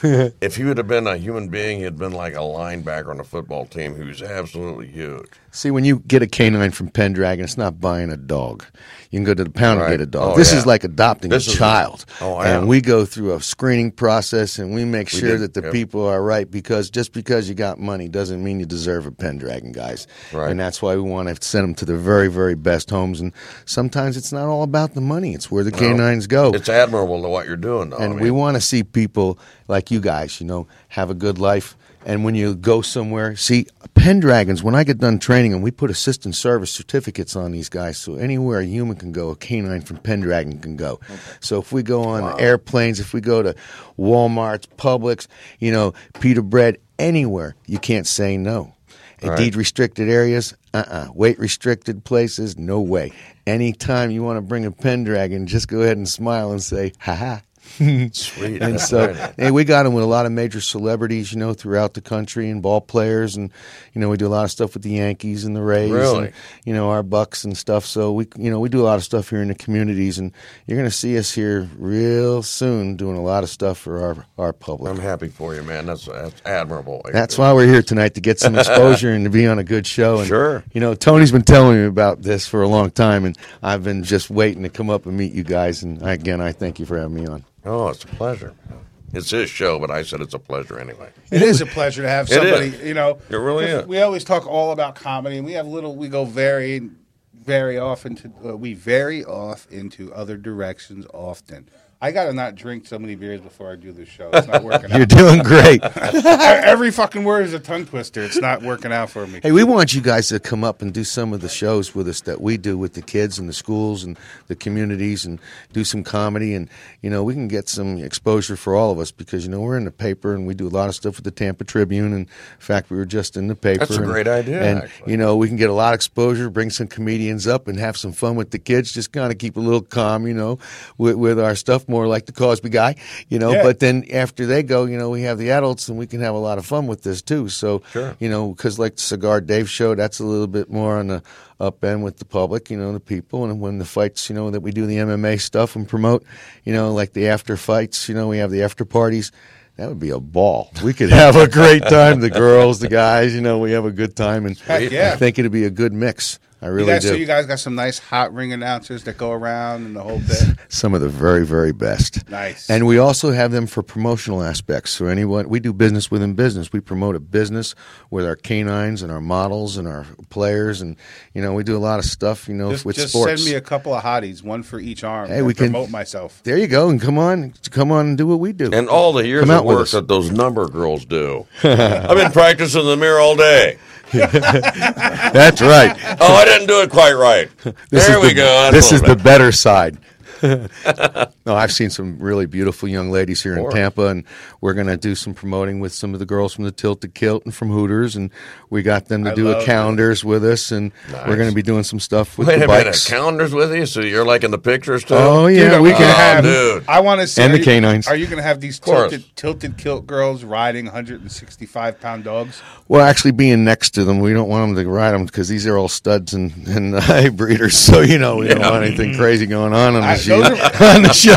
S4: if he would have been a human being, he'd been like a linebacker on a football team. He was absolutely huge.
S7: See, when you get a canine from Pendragon, it's not buying a dog. You can go to the pound
S4: Right.
S7: and get a dog.
S4: Oh,
S7: this
S4: yeah.
S7: is like adopting
S4: This
S7: a
S4: is-
S7: child.
S4: Oh, I
S7: and
S4: know.
S7: we go through a screening process and we make sure
S4: did,
S7: that the
S4: yep.
S7: people are right because just because you got money doesn't mean you deserve a Pendragon, guys.
S4: Right.
S7: And that's why we want to send them to the very, very best homes. And sometimes it's not all about the money, it's where the canines go.
S4: It's admirable to what you're doing, though. I
S7: And
S4: mean,
S7: we want to see people like you guys, you know, have a good life. And when you go somewhere, see Pendragons. When I get done training them, we put assistant service certificates on these guys, so anywhere a human can go, a canine from Pendragon can go. So if we go on airplanes, if we go to Walmart's, Publix, you know, Peter Bread, anywhere, you can't say no.
S4: right.
S7: Indeed, restricted areas, uh uh Weight restricted places, no way. Anytime you want to bring a Pendragon, just go ahead and smile and say, ha ha.
S4: sweet.
S7: And
S4: That's
S7: so,
S4: right.
S7: hey, we got him with a lot of major celebrities, you know, throughout the country and ball players, and you know, we do a lot of stuff with the Yankees and the Rays,
S4: Really?
S7: and you know, our Bucks and stuff. So we, you know, we do a lot of stuff here in the communities, and you're going to see us here real soon doing a lot of stuff for our our public.
S4: I'm happy for you, man. That's that's admirable.
S7: That's why we're here tonight to get some exposure and to be on a good show. And,
S4: Sure.
S7: You know, Tony's been telling me about this for a long time, and I've been just waiting to come up and meet you guys. And again, I thank you for having me on.
S4: Oh, it's a pleasure. It's his show, but I said it's a pleasure anyway.
S3: It is a pleasure to have
S4: It
S3: somebody.
S4: is.
S3: You know,
S4: It really
S3: because
S4: is.
S3: We always talk all about comedy, and we have little. We go very, very often to. Uh, we vary off into other directions often. I gotta not drink so many beers before I do this show. It's not working
S7: You're
S3: out.
S7: doing great.
S3: Every fucking word is a tongue twister. It's not working out for me.
S7: Hey, we want you guys to come up and do some of the shows with us that we do with the kids and the schools and the communities and do some comedy. And, you know, we can get some exposure for all of us because, you know, we're in the paper and we do a lot of stuff with the Tampa Tribune. And in fact, we were just in the paper.
S4: That's a
S7: and-
S4: great idea,
S7: And,
S4: actually.
S7: you know, we can get a lot of exposure, bring some comedians up and have some fun with the kids. Just kind of keep a little calm, you know, with, with our stuff more like the Cosby guy, you know.
S3: Yeah.
S7: But then after they go, you know, we have the adults and we can have a lot of fun with this too. So,
S4: Sure.
S7: you know, because like the Cigar Dave show, that's a little bit more on the up end with the public, you know, the people. And when the fights, you know, that we do the MMA stuff and promote, you know, like the after fights, you know, we have the after parties. That would be a ball. We could have a great time. The girls, the guys, you know, we have a good time. And
S3: Heck yeah.
S7: I think it'd be a good mix. I
S3: You
S7: really
S3: guys,
S7: do.
S3: so you guys got some nice hot ring announcers that go around and the whole bit.
S7: Some of the very, very best.
S3: Nice.
S7: And we also have them for promotional aspects. So anyone, we do business within business. We promote a business with our canines and our models and our players, and you know, we do a lot of stuff. You know,
S3: Just,
S7: with
S3: just
S7: sports.
S3: send me a couple of hotties, one for each arm.
S7: Hey,
S3: and
S7: we can-
S3: promote myself.
S7: there you go, and come on, come on, and do what we do.
S4: And all the years
S7: Come out
S4: of
S7: with
S4: work
S7: us.
S4: that those number girls do. I've been practicing in the mirror all day.
S7: That's right.
S4: Oh, I didn't do it quite right.
S7: This
S4: there
S7: is
S4: we
S7: the-
S4: go. That's
S7: This
S4: a
S7: is
S4: little
S7: the better side. no, I've seen some really beautiful young ladies here in
S4: course.
S7: Tampa, and we're going to do some promoting with some of the girls from the Tilted Kilt and from Hooters, and we got them to do
S3: love
S7: a
S3: that.
S7: calendars with us, and we're going to be doing some stuff with
S4: bit. Wait
S7: the
S4: a minute.
S7: bikes.
S4: Calendars with you, so you're liking the pictures too.
S7: oh yeah,
S3: I
S7: we can
S3: wanna
S4: Oh,
S7: have.
S4: dude.
S3: I want to see.
S7: And
S3: are
S7: the
S3: you-
S7: canines.
S3: Are you going to have these
S4: course.
S3: tilted, tilted kilt girls riding 165 pound dogs?
S7: Well, actually, being next to them, we don't want them to ride them because these are all studs and and uh, breeders, so you know we don't want anything crazy going on on
S3: I,
S7: the as you on the show.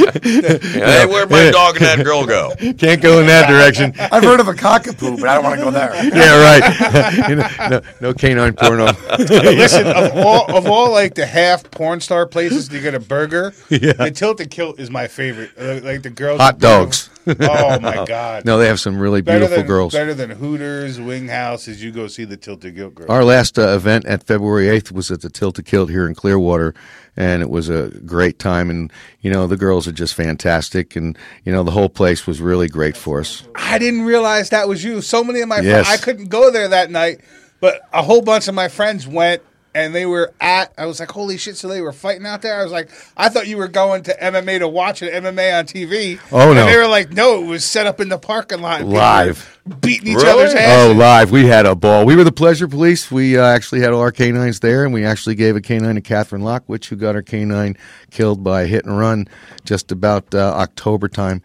S4: Hey, where'd my dog and that girl go?
S7: Can't go in that direction.
S5: I've heard of a cockapoo, but I don't want to go there.
S7: Yeah, right. You know, no, no canine porno.
S3: Listen, of all of all like the half porn star places to get a burger, the Tilt and Kilt is my favorite. Uh, Like the girls
S7: Hot dogs.
S3: Oh my god!
S7: No, they have some really
S3: better
S7: beautiful
S3: than
S7: girls.
S3: better than Hooters, Wing House. As you go see the Tilt and Kilt girls.
S7: Our last uh, event at February 8th was at the Tilt a Kilt here in Clearwater, and it was a great time. And, you know, the girls are just fantastic, and, you know, the whole place was really great for us.
S3: I didn't realize that was you. So many of my
S7: Yes.
S3: friends, I couldn't go there that night, but a whole bunch of my friends went and they were at, I was like, holy shit, so they were fighting out there? I was like, I thought you were going to MMA to watch an MMA on TV.
S7: Oh, no.
S3: And they were like, no, it was set up in the parking lot. and people
S7: Live.
S3: were Beating each
S4: Really?
S3: other's
S7: Oh,
S3: ass.
S7: live. We had a ball. We were the pleasure police. We uh, actually had all our canines there, and we actually gave a canine to Catherine Lockwich, who got her canine killed by a hit and run just about uh, October time.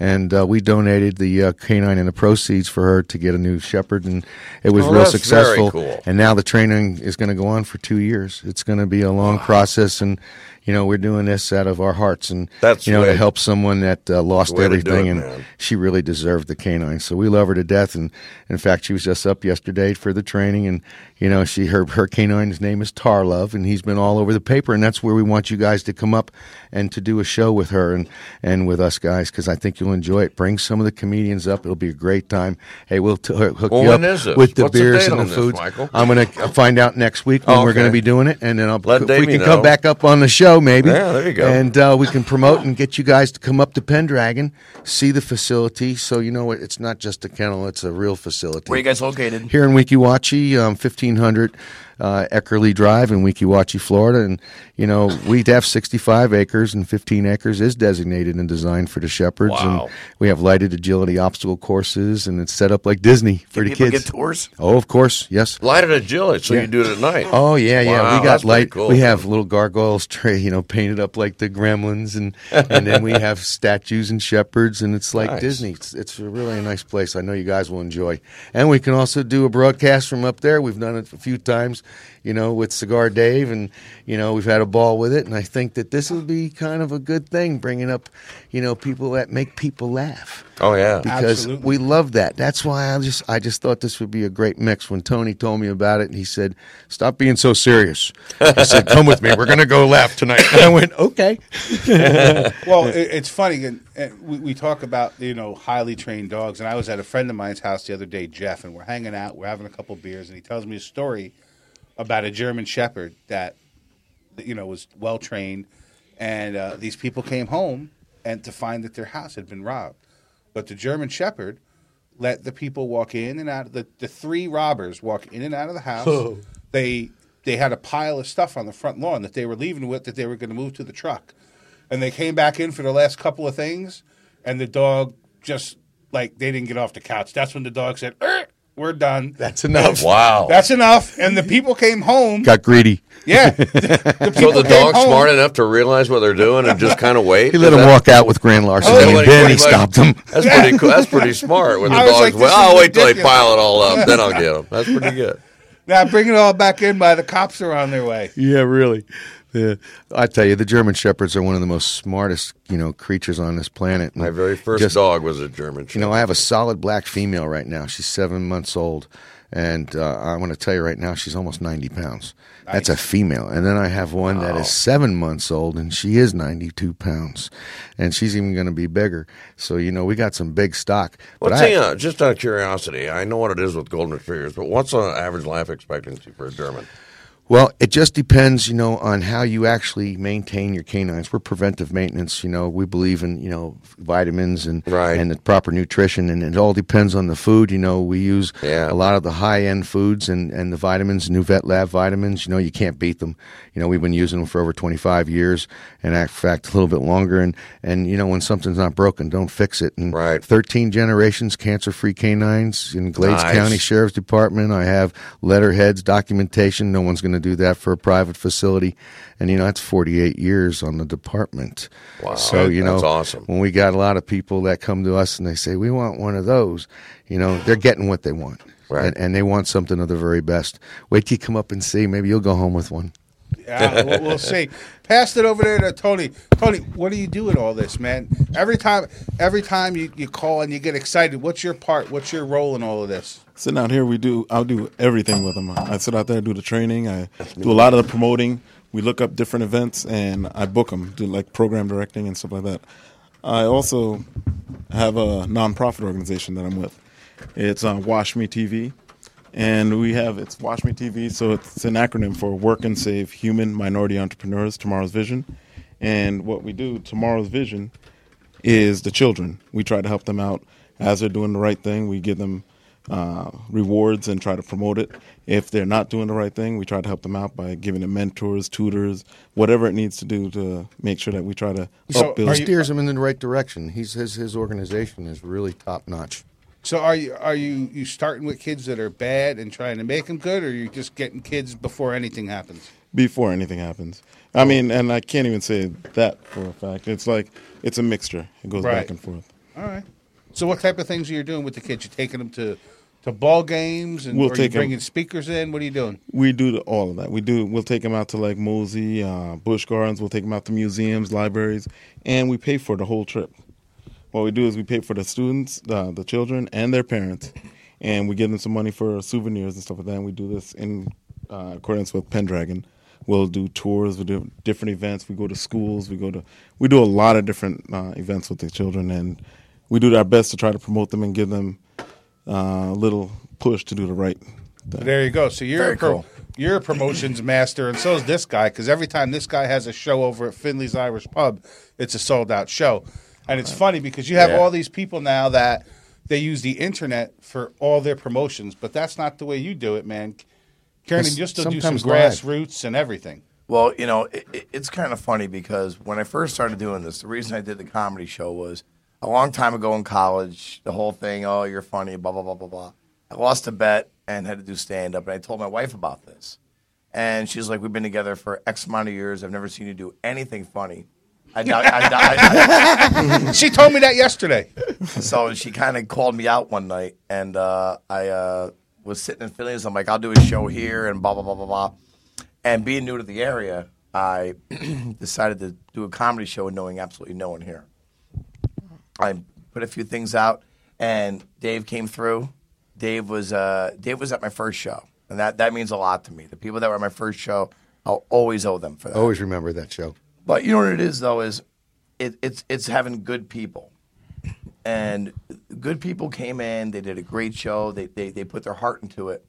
S7: And uh, we donated the uh, canine and the proceeds for her to get a new shepherd, and it was
S4: Oh,
S7: real
S4: that's very
S7: successful.
S4: cool.
S7: And now the training is going to go on for two years. It's going to be a long process, and you know we're doing this out of our hearts, and
S4: That's
S7: you know
S4: the
S7: to
S4: way-
S7: help someone that uh, lost
S4: the way to do
S7: everything
S4: it,
S7: and
S4: man.
S7: she really deserved the canine. So we love her to death. And in fact, she was just up yesterday for the training. And, you know, she her, her canine's name is Tarlove, and he's been all over the paper. And that's where we want you guys to come up and to do a show with her and, and with us guys, because I think you'll enjoy it. Bring some of the comedians up. It'll be a great time. Hey, we'll t- hook
S4: Well,
S7: you
S4: when
S7: up
S4: is this?
S7: with the
S4: What's the
S7: beers
S4: date
S7: and the
S4: on this,
S7: foods.
S4: Michael?
S7: I'm going to find out next week when
S4: Oh,
S7: we're
S4: okay.
S7: going to be doing it. And then I'll,
S4: Let
S7: if we
S4: Davey
S7: can
S4: know.
S7: come back up on the show, maybe.
S4: Yeah, there you go.
S7: And and uh, we can promote and get you guys to come up to Pendragon, see the facility. So you know what? It's not just a kennel; it's a real facility.
S5: Where you guys located?
S7: Here in Weekiwachi, um, fifteen hundred uh, Eckerly Drive in Weekiwachi, Florida, and you know we have sixty-five acres, and fifteen acres is designated and designed for the shepherds.
S4: Wow.
S7: And we have lighted agility obstacle courses, and it's set up like Disney for the
S5: People
S7: kids.
S5: get tours.
S7: oh, of course, yes.
S4: Light it agility, so you do it at night.
S7: Oh yeah, yeah.
S4: Wow,
S7: we
S4: that's
S7: got
S4: pretty
S7: light.
S4: cool.
S7: We have little gargoyles, tra- you know, painted up like the gremlins, and and then we have statues and shepherds, and it's like
S4: Nice.
S7: Disney. It's, it's a really nice place. I know you guys will enjoy. And we can also do a broadcast from up there. We've done it a few times, you know, with Cigar Dave, and you know we've had a ball with it. And I think that this will be kind of a good thing, bringing up, you know, people that make people laugh
S4: Oh, yeah.
S7: because
S3: Absolutely.
S7: we love that. That's why I just I just thought this would be a great mix. When Tony told me about it, and he said, "Stop being so serious," I said, "Come with me. We're gonna go laugh tonight." And I went, "Okay."
S3: Well, it, it's funny. And, and we, we talk about, you know, highly trained dogs. And I was at a friend of mine's house the other day, Jeff, and we're hanging out. We're having a couple beers. And he tells me a story about a German Shepherd that that, you know was well trained, and uh, these people came home and to find that their house had been robbed. But the German Shepherd let the people walk in and out. Of the the three robbers walk in and out of the house. They they had a pile of stuff on the front lawn that they were leaving with that they were going to move to the truck, and they came back in for the last couple of things, and the dog just like they didn't get off the couch. That's when the dog said, "Er, "We're done.
S7: That's enough.
S4: Wow.
S3: That's enough." And the people came home.
S7: Got greedy.
S3: Yeah. The
S4: so
S3: people
S4: the
S3: came
S4: dog's
S3: home.
S4: smart enough to realize what they're doing and just kind of wait.
S7: He let him walk out with Grand Larson,
S4: Oh,
S7: and
S4: like-
S7: then he
S4: like-
S7: stopped him.
S4: That's pretty cool. That's pretty smart. When the
S3: I was like,
S4: dog's well,
S3: this is
S4: I'll wait till they
S3: ridiculous.
S4: pile it all up, then I'll get them. That's pretty good.
S3: Now bring it all back in by the cops are on their way.
S7: Yeah, really. Yeah. I tell you, the German shepherds are one of the most smartest, you know, creatures on this planet.
S4: My very first
S7: Just-
S4: dog was a German
S7: You
S4: Shepherd.
S7: know, I have a solid black female right now. She's seven months old. And uh, I want to tell you right now, she's almost 90 pounds. That's a female. And then I have one that is seven months old, and she is 92 pounds. And she's even going to be bigger. So, you know, we got some big stock.
S4: What's
S7: I,
S4: the, uh, just out of curiosity, I know what it is with golden retrievers, but what's the average life expectancy for a German?
S7: Well, it just depends, you know, on how you actually maintain your canines. We're preventive maintenance, you know. We believe in, you know, vitamins and
S4: Right.
S7: and the proper nutrition, and it all depends on the food. You know, we use
S4: Yeah.
S7: a lot of the high end foods and and the vitamins, new vet lab vitamins. You know, you can't beat them. You know, we've been using them for over twenty five years, and in fact, a little bit longer. And and you know, when something's not broken, don't fix it. And
S4: Right.
S7: thirteen generations cancer free canines in Glades
S4: Nice.
S7: County Sheriff's Department. I have letterheads, documentation. No one's going to do that for a private facility. And, you know, that's 48 years on the department.
S4: Wow,
S7: So, you
S4: that's
S7: know,
S4: awesome.
S7: when we got a lot of people that come to us and they say, we want one of those, you know, they're getting what they want.
S4: Right.
S7: And, and they want something of the very best. Wait till you come up and see. Maybe you'll go home with one.
S3: Yeah, we'll, we'll see. Passed it over there to Tony. Tony, what do you do with all this, man? Every time, every time you, you call and you get excited, what's your part? What's your role in all of this?
S6: Sitting out here, we do. I'll do everything with them. I sit out there, do the training. I do a lot of the promoting. We look up different events and I book them, do like program directing and stuff like that. I also have a nonprofit organization that I'm with. It's uh, Wash Me TV, and we have it's Wash Me TV. So it's an acronym for Work and Save Human Minority Entrepreneurs Tomorrow's Vision. And what we do, Tomorrow's Vision, is the children. We try to help them out as they're doing the right thing. We give them uh, rewards and try to promote it. If they're not doing the right thing, we try to help them out by giving them mentors, tutors, whatever it needs to do to make sure that we try to
S3: So
S6: help
S3: are
S6: build.
S3: you-
S7: steers him in the right direction. He's his his organization is really top notch.
S3: So are you are you you starting with kids that are bad and trying to make them good, or you just getting kids before anything happens?
S6: before anything happens. I mean, and I can't even say that for a fact. It's like it's a mixture. It goes
S3: Right.
S6: back and forth.
S3: All right. So what type of things are you doing with the kids? You taking them to to ball games, and
S6: We'll
S3: are you
S6: take 'em-
S3: bringing speakers in? What are you doing?
S6: We do the, all of that. We do. We'll take them out to like Mosey, uh, Bush Gardens. We'll take them out to museums, libraries, and we pay for the whole trip. What we do is we pay for the students, uh, the children, and their parents, and we give them some money for souvenirs and stuff like that. And we do this in uh, accordance with Pendragon. We'll do tours. We do different events. We go to schools. We go to. We do a lot of different uh, events with the children, and we do our best to try to promote them and give them uh, a little push to do the right. thing.
S3: There you go. So you're a
S5: Very
S3: pro-
S5: cool.
S3: you're a promotions master, and so is this guy. Because every time this guy has a show over at Finley's Irish Pub, it's a sold out show, and it's funny because you have
S4: Yeah.
S3: all these people now that they use the internet for all their promotions, but that's not the way you do it, man. Karen,
S7: It's
S3: you still do some
S7: sometimes live.
S3: grassroots and everything.
S5: Well, you know, it, it- it's kind of funny because when I first started doing this, the reason I did the comedy show was a long time ago in college, the whole thing, oh, you're funny, blah, blah, blah, blah, blah. I lost a bet and had to do stand up. And I told my wife about this. And she's like, we've been together for X amount of years. I've never seen you do anything funny. I doubt, I doubt, I,
S3: She told me that yesterday.
S5: so she kind of called me out one night, and uh, I uh, was sitting in Phillies. I'm like, I'll do a show here, and blah blah blah blah blah. And being new to the area, I decided to do a comedy show, and knowing absolutely no one here. I put a few things out, and Dave came through. Dave was uh, Dave was at my first show, and that that means a lot to me. The people that were at my first show, I'll always owe them for that.
S7: Always remember that show.
S5: But you know what it is though is it, it's it's having good people. And good people came in, they did a great show, they, they they put their heart into it.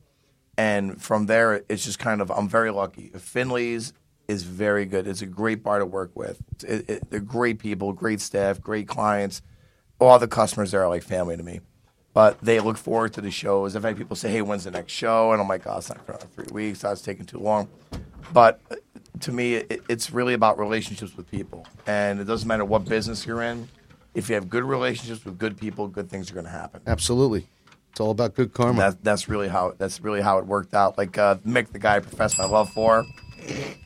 S5: And from there it's just kind of I'm very lucky. Finley's is very good. It's a great bar to work with. It, it, they're great people, great staff, great clients. All the customers there are like family to me. But they look forward to the shows. I've had people say, "Hey, when's the next show?" And I'm like, "Oh, it's not for another three weeks. That's taking too long." But uh, to me, it, it's really about relationships with people, and it doesn't matter what business you're in. If you have good relationships with good people, good things are going to happen.
S7: Absolutely, it's all about good karma.
S5: That, that's really how that's really how it worked out. Like uh, Mick, the guy I profess my love for,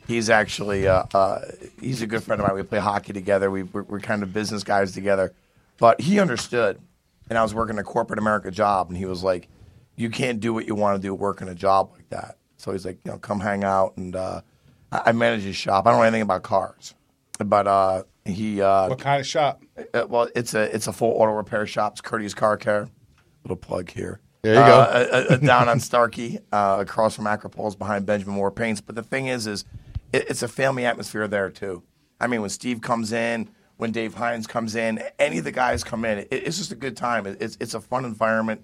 S5: he's actually uh, uh, he's a good friend of mine. We play hockey together. We we're, we're kind of business guys together, but he understood. And I was working a corporate America job, and he was like, "You can't do what you want to do working a job like that." So he's like, "You know, come hang out." And uh, I, I manage his shop. I don't know anything about cars, but uh, he uh,
S3: What kind of shop?
S5: uh, well, it's a it's a full auto repair shop. It's Curtis Car Care. Little plug here.
S7: There you
S5: Uh, go. down on Starkey, uh, across from Acropol's, behind Benjamin Moore Paints. But the thing is, is it, it's a family atmosphere there too. I mean, when Steve comes in, when Dave Hines comes in, any of the guys come in, it, it's just a good time. It, it's it's a fun environment.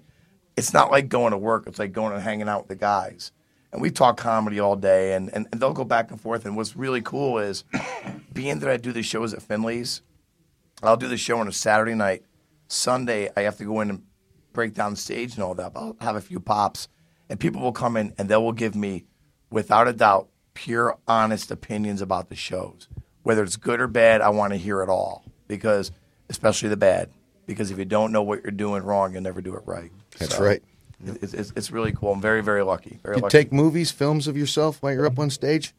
S5: It's not like going to work. It's like going and hanging out with the guys. And we talk comedy all day, and, and, and they'll go back and forth. And what's really cool is, being that I do the shows at Finley's, I'll do the show on a Saturday night. Sunday, I have to go in and break down the stage and all that. But I'll have a few pops, and people will come in and they will give me, without a doubt, pure, honest opinions about the shows. Whether it's good or bad, I want to hear it all because, especially the bad, because if you don't know what you're doing wrong, you'll never do it right.
S7: That's right.
S5: It's, it's, it's really cool. I'm very, very lucky. Very
S7: You
S5: lucky.
S7: take movies, films of yourself while you're up on stage.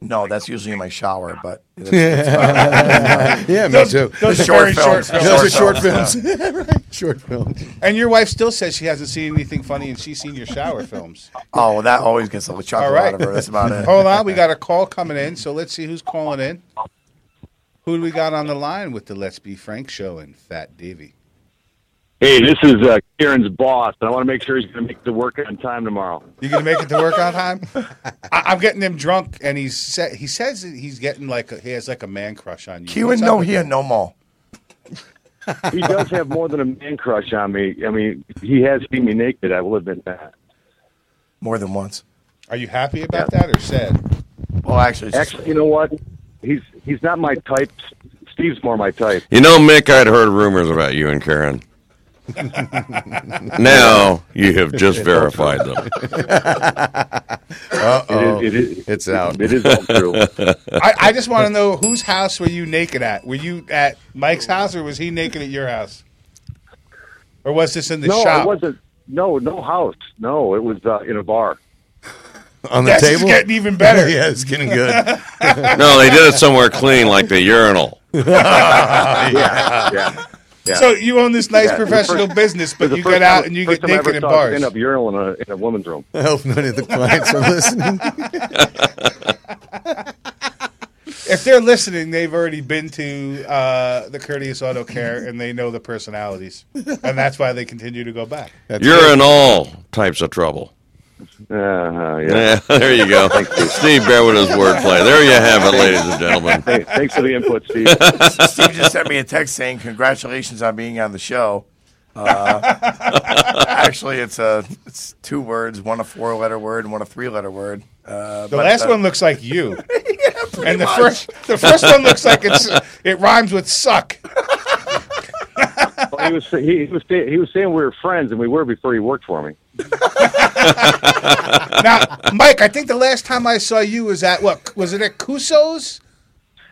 S5: No, that's usually in my shower, but it's,
S7: yeah, yeah, me
S3: Those-
S7: too.
S3: those
S7: Those,
S3: are
S5: Short
S3: very
S5: films.
S3: short
S5: Those
S3: films.
S7: are short films. Right, short films.
S3: And your wife still says she hasn't seen anything funny, and she's seen your shower films.
S5: oh, well, that always gets a little chuckle
S3: All right.
S5: out of her. That's about it.
S3: Hold on, we got a call coming in, so let's see who's calling in. Who do we got on the line with the Let's Be Frank show and Fat Davy?
S4: Hey, this is uh, Kieran's boss, and I want to make sure he's going to make the work on time tomorrow.
S3: You gonna make it to work on time? I, I'm getting him drunk, and he's sa- he says that he's getting like a, he has like a man crush on you.
S5: Q
S3: What's
S5: and
S3: up
S5: no
S3: with
S5: here,
S3: that?
S5: no more.
S4: He does have more than a man crush on me. I mean, he has seen me naked. I will admit that.
S5: More than once.
S3: Are you happy about that or sad?
S5: Well, actually, it's just-
S4: Actually, you know what? He's he's not my type. Steve's more my type.
S9: You know, Mick, I'd heard rumors about you and Karen. now you have just verified them.
S7: Uh-oh.
S4: It is, it is,
S7: It's out.
S4: It is all true.
S3: I, I just want to know whose house were you naked at? Were you at Mike's house or was he naked at your house? Or was this in the
S4: no,
S3: shop?
S4: it wasn't. No, no house. No, it was uh, in a bar.
S7: On the
S3: Yes, it's
S7: table?
S3: getting even better.
S7: yeah, it's getting good.
S9: No, they did it somewhere clean, like the urinal.
S4: Yeah, yeah. yeah.
S3: So you own this nice
S4: Yeah, it was the
S3: professional
S4: first-
S3: business,
S4: It was
S3: but
S4: the
S3: you
S4: first
S3: get
S4: time-
S3: out and you
S4: first
S3: get
S4: time I ever
S3: naked in
S4: saw a
S3: bars.
S4: stand-up urinal in a, in a woman's room.
S7: I hope none of the clients are listening.
S3: If they're listening, they've already been to uh, the Courteous Auto Care and they know the personalities, and that's why they continue to go back.
S9: You're in all types of trouble.
S4: Uh, yeah.
S9: Yeah, there you go. Steve Bear with his wordplay. There you have it, ladies and gentlemen.
S4: Hey, thanks for the input, Steve.
S5: Steve just sent me a text saying congratulations on being on the show. Uh, actually, it's a it's two words, one a four letter word, and one a three letter word. Uh,
S3: The last one looks like you, and the first the first one looks like it's it rhymes with suck.
S4: Well, he was he, he was say- he was saying we were friends, and we were before he worked for me.
S3: Now, Mike, I think the last time I saw you was at what was it at Cuso's?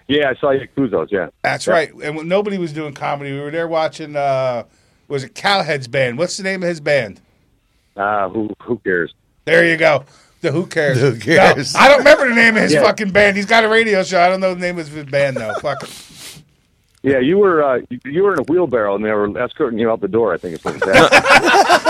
S4: Yeah, I saw you at Kuzo's. Yeah,
S3: That's right. And when nobody was doing comedy, we were there watching. Uh, was it Cowhead's band? What's the name of his band?
S4: uh, who who cares?
S3: There you go. The Who Cares.
S7: Who Cares.
S3: No, I don't remember the name of his
S4: Yeah.
S3: fucking band. He's got a radio show. I don't know the name of his band though. Fuck.
S4: Yeah, you were uh, you- you were in a wheelbarrow, and they were escorting you out the door. I think it's like that.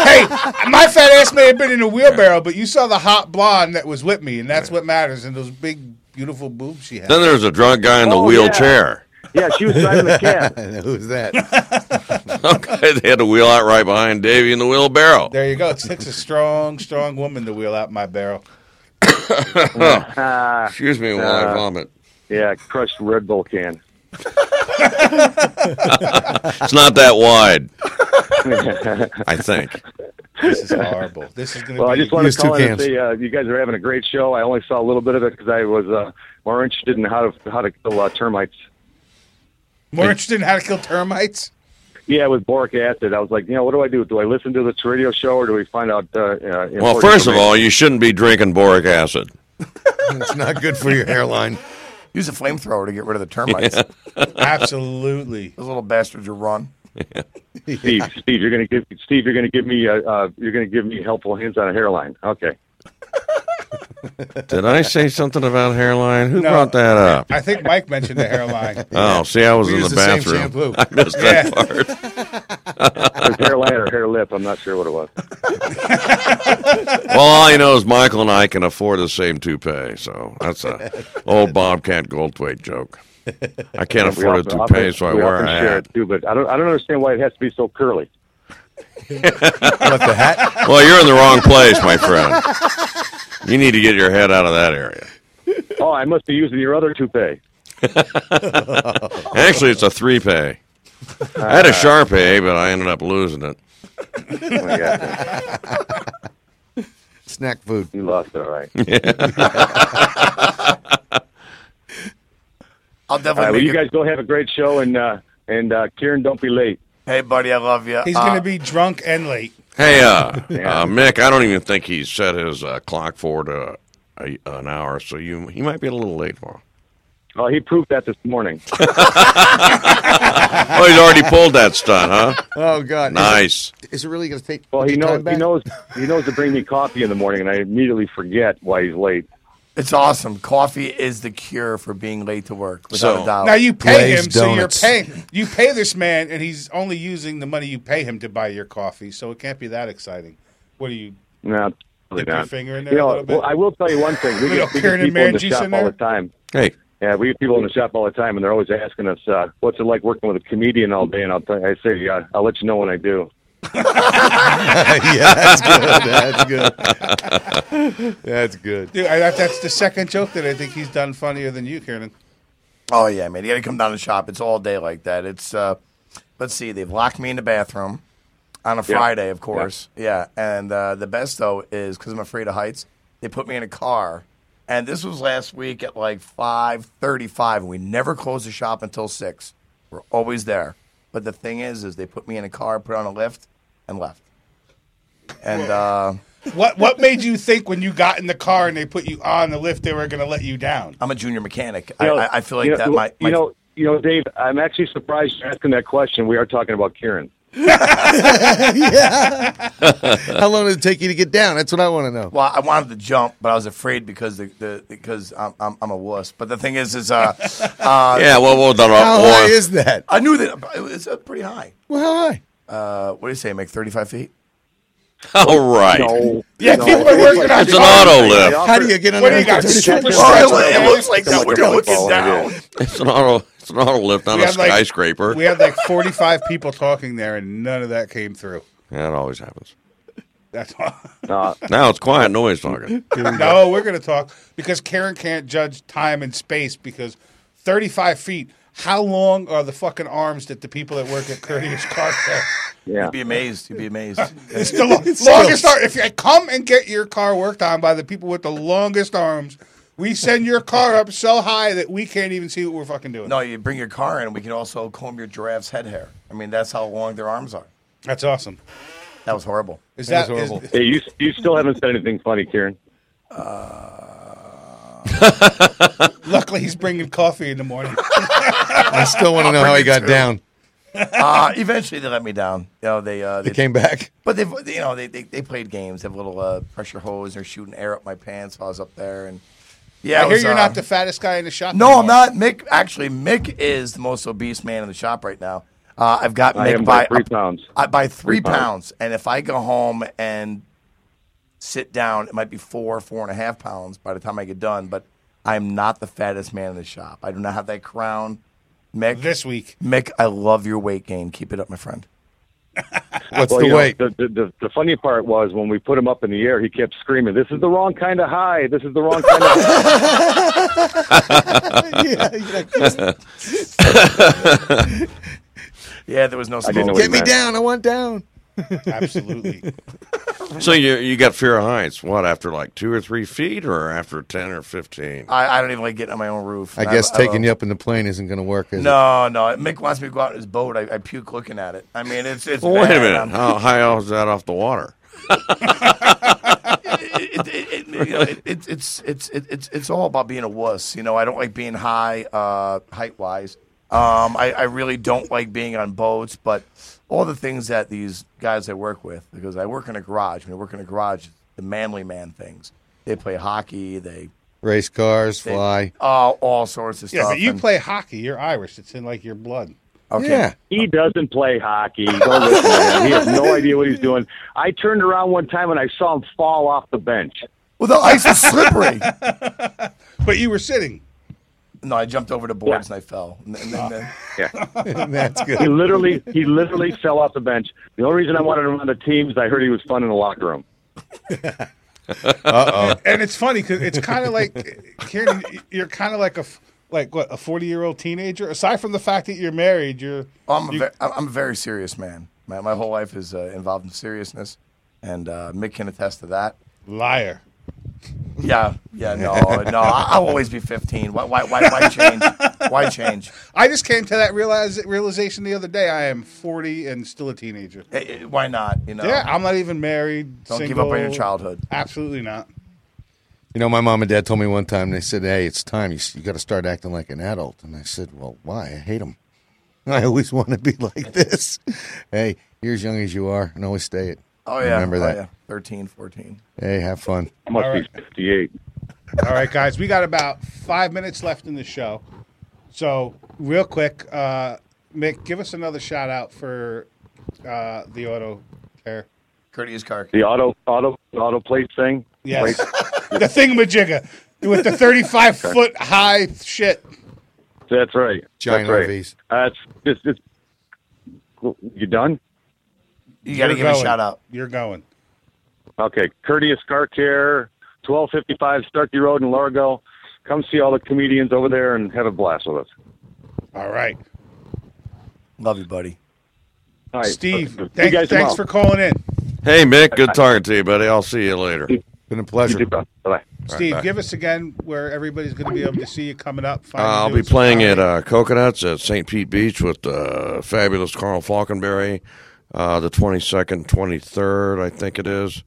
S3: hey, my fat ass may have been in a wheelbarrow, but you saw the hot blonde that was with me, and that's what matters. And those big, beautiful boobs she had.
S9: Then there's a drunk guy in the
S4: Oh, yeah.
S9: wheelchair.
S4: yeah, she was driving the cab.
S7: Who's that?
S9: Okay, they had to wheel out right behind Davy in the wheelbarrow.
S3: There you go. It takes a strong, strong woman to wheel out my barrel.
S4: Ah,
S9: Excuse me while I
S4: Uh,
S9: vomit.
S4: yeah, crushed Red Bull can.
S9: It's not that wide, I think.
S3: This is horrible. This is going to
S4: Well, I
S3: be.
S4: just want
S7: Use
S4: to
S7: two
S4: call in and
S7: cans.
S4: say uh, you guys are having a great show. I only saw a little bit of it because I was uh, more interested in how to how to kill uh, termites.
S3: More interested in how to kill termites.
S4: Yeah, with boric acid, I was like, you know, what do I do? Do I listen to this radio show or do we find out? Uh, uh,
S9: Well,
S4: important
S9: first of
S4: information?
S9: all, you shouldn't be drinking boric acid.
S7: It's not good for your hairline.
S5: Use a flamethrower to get rid of the termites.
S3: Absolutely.
S5: Those little bastards will run.
S4: Steve, Steve, you're gonna give Steve, you're gonna give me, uh, uh, you're gonna give me helpful hints on a hairline. Okay.
S9: Did I say something about hairline? Who brought that up?
S3: I think Mike mentioned the hairline.
S9: Oh, see, I was
S7: We
S9: in the
S7: use the same
S9: bathroom.
S7: shampoo.
S9: I missed that
S3: Yeah.
S9: part.
S4: It was hairline or hair lip? I'm not sure what it was.
S9: Well, all I know is Michael and I can afford the same toupee, so that's a old Bobcat Goldthwait joke. I can't
S4: We
S9: afford a
S4: often-
S9: toupee,
S4: often-
S9: so I
S4: we
S9: wear
S4: often
S9: a
S4: share
S9: hat.
S4: it too, but I don't, I don't understand why it has to be so curly.
S7: What, the hat?
S9: Well, you're in the wrong place, my friend. You need to get your head out of that area.
S4: Oh, I must be using your other toupee.
S9: Actually, it's a three pay. I
S4: Ah.
S9: had a Sharpay, but I ended up losing it.
S4: Oh, my God.
S7: Snack food.
S4: You lost it, all right. All
S5: I'll
S4: right, well,
S5: definitely
S4: you
S5: make it.
S4: guys go have a great show, and uh, and uh, Kieran, don't be late.
S5: Hey, buddy, I love Uh, you.
S3: He's going to be drunk and late.
S9: Hey, uh, uh, Mick, I don't even think he set his uh, clock forward uh, a, an hour, so you he might be a little late tomorrow.
S4: Oh, he proved that this morning.
S9: Oh, he's already pulled that stunt, huh?
S7: Oh, God.
S9: Nice.
S7: Is it, is it really going to take
S4: Well, he
S7: your
S4: knows
S7: time
S4: he
S7: back?
S4: knows he knows to bring me coffee in the morning, and I immediately forget why he's late.
S5: It's awesome. Coffee is the cure for being late to work, without
S4: So-
S5: a doubt.
S3: Now you pay
S7: Glazed
S3: him, so you're
S7: donuts.
S3: paying. You pay this man, and he's only using the money you pay him to buy your coffee. So it can't be that exciting. What do you
S9: No, probably
S3: dip your
S9: not.
S3: finger in there
S9: You
S3: a
S9: know,
S3: little bit?
S9: well, I will tell you one thing. We
S3: Little
S9: get, we get
S3: Karen and
S9: people in the
S3: Manjis
S9: shop
S3: in
S9: all
S3: there?
S9: the time.
S4: Hey,
S9: Yeah, we get people in the shop all the time, and they're always asking us, uh, "What's it like working with a comedian all day?" And I'll tell you, I say, "Yeah, I'll let you know when I do."
S7: yeah, that's good. That's good. That's good.
S3: Dude, I, that- that's the second joke that I think he's done funnier than you, Kieran.
S5: Oh yeah, man. You got to come down to the shop. It's all day like that. It's uh, let's see. They've locked me in the bathroom on a Friday, of course. Yeah. And uh, the best though is because I'm afraid of heights. They put me in a car, and this was last week at like five thirty-five. And we never close the shop until six. We're always there. But the thing is, is they put me in a car, put on a lift, and left. And uh,
S3: What What made you think when you got in the car and they put you on the lift they were going to let you down?
S5: I'm a junior mechanic.
S9: You know,
S5: I, I, I feel like
S9: you know,
S5: that might.
S9: You know, you know, Dave. I'm actually surprised you're asking that question. We are talking about Kieran.
S7: How long did it take you to get down? That's what I want to know.
S5: Well, I wanted to jump, but I was afraid because the, the because I'm, I'm I'm a wuss. But the thing is, is uh, uh,
S4: yeah, well, well done.
S7: How
S4: Or-
S7: high is that?
S5: I knew that it was uh, pretty high.
S7: Well, how high?
S5: Uh, what do you say? Make thirty five feet?
S4: all right.
S9: No,
S3: Yeah,
S9: no.
S3: people are working on
S4: It's an
S3: cars.
S4: auto lift.
S7: How do you get under
S3: What do you got?
S7: the-
S3: Super
S5: Well,
S3: stretch
S5: Oh, it,
S3: on
S5: it
S3: the
S5: looks like that. We're
S9: Someone
S5: looking
S9: falling
S5: down.
S4: It's an auto. It's an auto lift, not
S3: We
S4: a
S3: had, like-
S4: skyscraper.
S3: We had like 45 people talking there, and none of that came through.
S4: yeah, it always happens.
S3: That's all.
S9: Uh,
S4: Now it's quiet noise talking.
S3: no, we're going to talk because Karen can't judge time and space because 35 feet. How long are the fucking arms that the people that work at Courteous Car Care?
S9: yeah.
S5: You'd be amazed. You'd be amazed.
S3: It's the lo- longest arm. If you come and get your car worked on by the people with the longest arms, we send your car up so high that we can't even see what we're fucking doing.
S5: no, you bring your car in. We can also comb your giraffe's head hair. I mean, that's how long their arms are.
S3: That's awesome.
S5: That was horrible.
S3: Is
S1: That
S3: that
S1: was
S3: is-
S1: horrible.
S9: Hey, you you still haven't said anything funny, Kieran.
S3: luckily he's bringing coffee in the morning.
S7: I still want to know how he got down.
S5: Uh, eventually, they let me down. You know, they uh,
S7: He came back.
S5: But they've, you know, they, they, they played games. They have little uh, pressure hose. They're shooting air up my pants while I was up there, and yeah,
S3: I
S5: it
S3: hear
S5: was,
S3: you're
S5: uh,
S3: not the fattest guy in the shop.
S5: No, I'm
S3: anymore.
S5: not. Mick actually, Mick is the most obese man in the shop right now. Uh, I've got
S9: I
S5: Mick
S9: am
S5: by
S9: by three pounds.
S5: I, by three,
S9: Three pounds.
S5: pounds, and if I go home and sit down, it might be four, four and a half pounds by the time I get done. But I'm not the fattest man in the shop. I do not have that crown, Mick.
S3: This week,
S5: Mick, I love your weight gain. Keep it up, my friend.
S7: What's
S9: Well,
S7: the
S9: you know,
S7: weight?
S9: the, the, the, the funny part was when we put him up in the air, he kept screaming, "This is the wrong kind of high. This is the wrong kind of." high.
S7: Yeah, you're like, "Just
S5: Yeah, there was no.
S9: I didn't
S5: smoke.
S9: know what he
S7: get me
S9: meant.
S7: down. I want down.
S3: absolutely.
S4: So you you got fear of heights? What after like two or three feet, or after ten or
S9: Uh,
S4: fifteen?
S5: I, I don't even like getting on my own roof.
S7: I guess
S5: have a-
S7: taking you up in the plane isn't going to work. Is it?
S5: No, no. Mick wants me to go out in his boat. I, I puke looking at it. I mean, it's it's.
S4: Well, wait
S5: bad.
S4: a minute.
S5: I'm-
S4: How high is that off the water?
S5: it, it, it, you know, it, it's it's it's it- it's it's all about being a wuss. You know, I don't like being high uh, height wise. Um, I, I really don't like being on boats, but all the things that these guys I work with, because I work in a garage. When you work in a garage, the manly man things. They play hockey. They,
S7: Race cars,
S5: they
S7: fly.
S5: all, all sorts of
S3: Yeah,
S5: stuff.
S3: but you
S5: and-
S3: play hockey. You're Irish. It's in like your blood.
S5: Okay.
S7: Yeah.
S9: He doesn't play hockey. Don't listen to him. He has no idea what he's doing. I turned around one time and I saw him fall off the bench.
S5: Well, the ice is slippery.
S3: But you were sitting.
S5: no, I jumped over the boards and I fell. And, then- and then-
S7: That's
S9: He
S7: good.
S9: literally, he literally fell off the bench. The only reason I wanted him on the team is I heard he was fun in the locker room.
S5: Uh-huh.
S3: And it's funny because it's kind of like, Karen, you're kind of like a f- like what a 40 year old teenager. Aside from the fact that you're married, you're
S5: I'm, a
S3: You-
S5: ver- I'm I'm a very serious man. My, my whole life is uh, involved in seriousness, and uh, Mick can attest to that.
S3: liar.
S5: Yeah, yeah, no, no, I- I'll always be 15. Why, why, why, why change? Why change?
S3: I just came to that realize, realization the other day. I am 40 and still a teenager.
S5: Eh, eh, Why not? You know,
S3: Yeah, I'm not even married.
S5: don't give
S3: single.
S5: up on your childhood.
S3: Absolutely not.
S7: You know, my mom and dad told me one time. They said, "Hey, it's time. You, s- you got to start acting like an adult." And I said, "Well, why? I hate them. I always want to be like this. hey, you're as young as you are, and always stay it.
S5: Oh yeah,
S7: Remember
S5: oh,
S7: that.
S5: yeah. 13, 14.
S7: Hey, have fun.
S9: I must
S3: All right.
S9: be 58.
S3: All right, guys, we got about five minutes left in the show. So, real quick, uh, Mick, give us another shout out for uh, the auto care.
S5: Courteous car.
S9: The auto auto auto plate thing.
S3: Yes.
S9: Plate.
S3: the thingamajigga with the 35 foot high shit.
S9: That's right.
S7: Giant
S9: That's right.
S7: RVs.
S9: Uh, it's, it's, it's, you done?
S5: You got to
S3: You're
S5: give a
S3: going.
S5: shout out.
S3: You're going.
S9: Okay, courteous car care, twelve fifty five Starkey Road in Largo. Come see all the comedians over there and have a blast with us.
S3: All right.
S5: Love you, buddy.
S9: All right,
S3: Steve,
S9: see you
S3: thanks,
S9: guys
S3: thanks for
S9: tomorrow.
S3: calling in.
S4: Hey, Mick, good talking to you, buddy. I'll see you later.
S7: Been a
S9: You
S7: pleasure.
S9: too, bro. Bye.
S3: Steve,
S4: bye.
S3: give us again where everybody's going to be able to see you coming up.
S4: Uh, I'll be playing at uh, Coconuts at St. Pete Beach with uh, fabulous Carl Falkenberry, uh, the 22nd, 23rd, I think it is.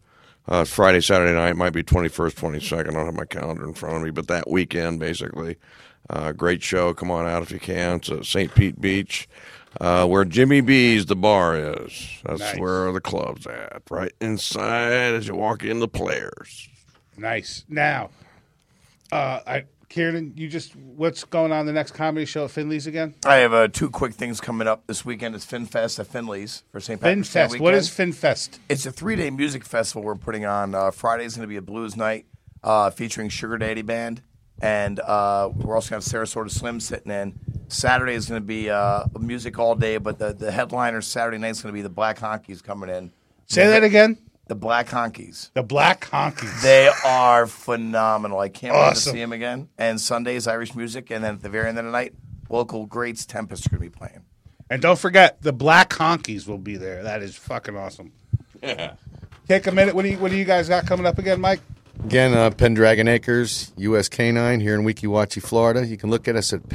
S4: Uh, Friday, Saturday night, might be 21st, 22nd. I don't have my calendar in front of me, but that weekend, basically. Uh, great show. Come on out if you can. It's at St. Pete Beach, uh, where Jimmy B's, the bar is. That's
S3: Nice.
S4: where the club's at, right inside as you walk in the players.
S3: Nice. Now, uh, I, Kieran, you just what's going on the next comedy show at Finley's again?
S5: I have uh, two quick things coming up this weekend. It's FinFest at Finley's for St. Patrick's Day
S3: FinFest. What
S5: Uh, weekend.
S3: is FinFest?
S5: It's a three day music festival we're putting on. Uh, Friday's going to be a blues night uh, featuring Sugar Daddy Band. And uh, we're also going to have Sarasota Slim sitting in. Saturday is going to be uh, music all day, but the, the headliner Saturday night is going to be the Black Honkies coming in.
S3: Say that again.
S5: The Black Honkies.
S3: The Black Honkies.
S5: They are phenomenal. I can't wait to
S3: Awesome.
S5: see them again. And Sunday's Irish music. And then at the very end of the night, local greats Tempest are going to be playing.
S3: and don't forget, the Black Honkies will be there. That is fucking awesome. Take a minute. What do you What do you guys got coming up again, Mike?
S7: Again, uh, Pendragon Acres, US Canine here in Weekiwachi, Florida. You can look at us at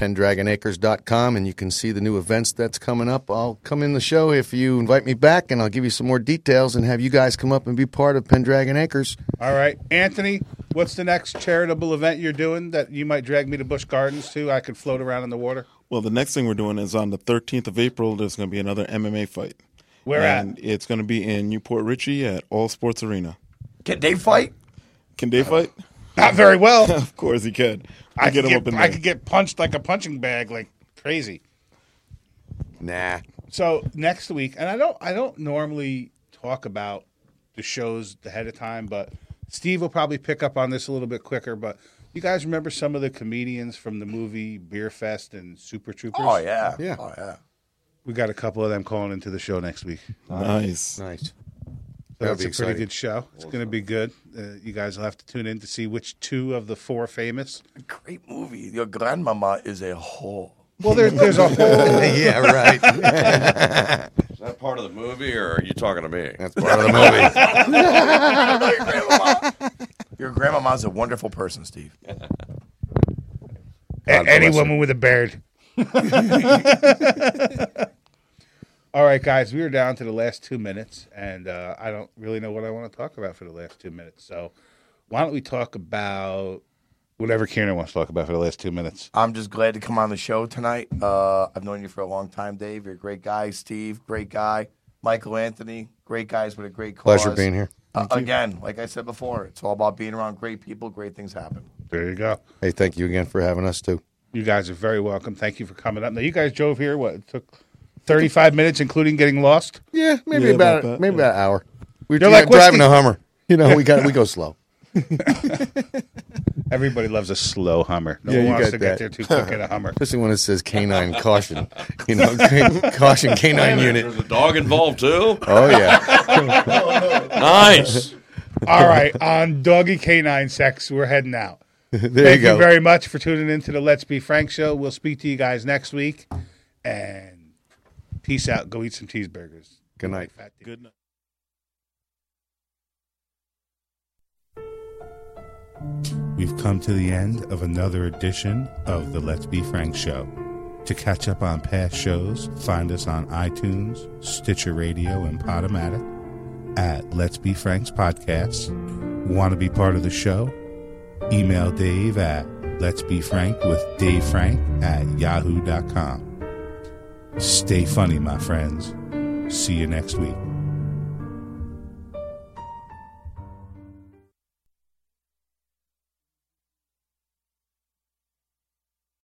S7: pendragonacres.com and you can see the new events that's coming up. I'll come in the show if you invite me back and I'll give you some more details and have you guys come up and be part of Pendragon Acres.
S3: All right, Anthony. What's the next charitable event you're doing that you might drag me to Bush Gardens to? I could float around in the water.
S6: Well, the next thing we're doing is on the 13th of April, there's going to be another MMA fight.
S3: Where at?
S6: and It's going to be in Newport Richie at All Sports Arena.
S5: Can they fight?
S6: Can Dave fight?
S3: Not very well.
S6: Of course he could.
S3: I
S6: get
S3: could
S6: him
S3: get,
S6: up in
S3: I
S6: there.
S3: could get punched like a punching bag, like crazy.
S7: Nah.
S3: So next week, and I don't, I don't normally talk about the shows ahead of time, but Steve will probably pick up on this a little bit quicker. But you guys remember some of the comedians from the movie Beer Fest and Super Troopers?
S5: Oh, yeah.
S7: Yeah.
S5: Oh, yeah.
S3: we got a couple of them calling into the show next week.
S6: Nice.
S7: Nice.
S3: So that's a
S7: That'll be
S3: pretty
S7: exciting.
S3: good show. It's going to be good. Uh, you guys will have to tune in to see which two of the four famous.
S5: Great movie. Your grandmama is a whore.
S3: Well, there, there's a whole
S7: yeah, right.
S4: Is that part of the movie, or are you talking to me?
S7: That's part of the movie.
S5: Your grandmama. Your grandmama's a wonderful person, Steve.
S3: A- any
S4: bless her.
S3: woman with a beard. All right, guys, we are down to the last two minutes, and uh, I don't really know what I want to talk about for the last two minutes. So, why don't we talk about whatever Kieran wants to talk about for the last two minutes?
S5: I'm just glad to come on the show tonight. Uh, I've known you for a long time, Dave. You're a great guy, Steve. Great guy, Michael Anthony. Great guys with a great cause.
S7: Pleasure being here.
S5: Uh, again, like I said before, it's all about being around great people. Great things happen.
S3: There you go.
S7: Hey, thank you again for having us, too.
S3: You guys are very welcome. Thank you for coming up. Now, you guys drove here. What it took thirty-five minutes, including getting lost.
S7: Yeah, maybe
S6: Yeah,
S7: about,
S6: about that,
S7: maybe about an hour. We were
S3: You're like, what's
S7: driving
S3: the-
S7: a Hummer. You know, we got we go slow.
S3: Everybody loves a slow Hummer. No
S7: Yeah,
S3: one
S7: you
S3: wants
S7: got
S3: to
S7: that.
S3: get there too quick in a Hummer.
S7: Especially when it says canine caution. You know, caution canine unit.
S4: There's a dog involved too.
S7: Oh, yeah.
S4: Nice.
S3: All right, on doggy canine sex, we're heading out.
S7: There
S3: Thank
S7: you go.
S3: you very much for tuning in to the Let's Be Frank show. We'll speak to you guys next week. And peace out. Go eat some cheeseburgers.
S7: Good night.
S3: Fat dude.
S6: Good night.
S3: We've come to the end of another edition of the Let's Be Frank show. To catch up on past shows, find us on iTunes, Stitcher Radio, and Podomatic at Let's Be Frank's Podcast. Want to be part of the show? Email Dave at Let's Be Frank with Dave Frank at yahoo.com. Stay funny, my friends. See you next week.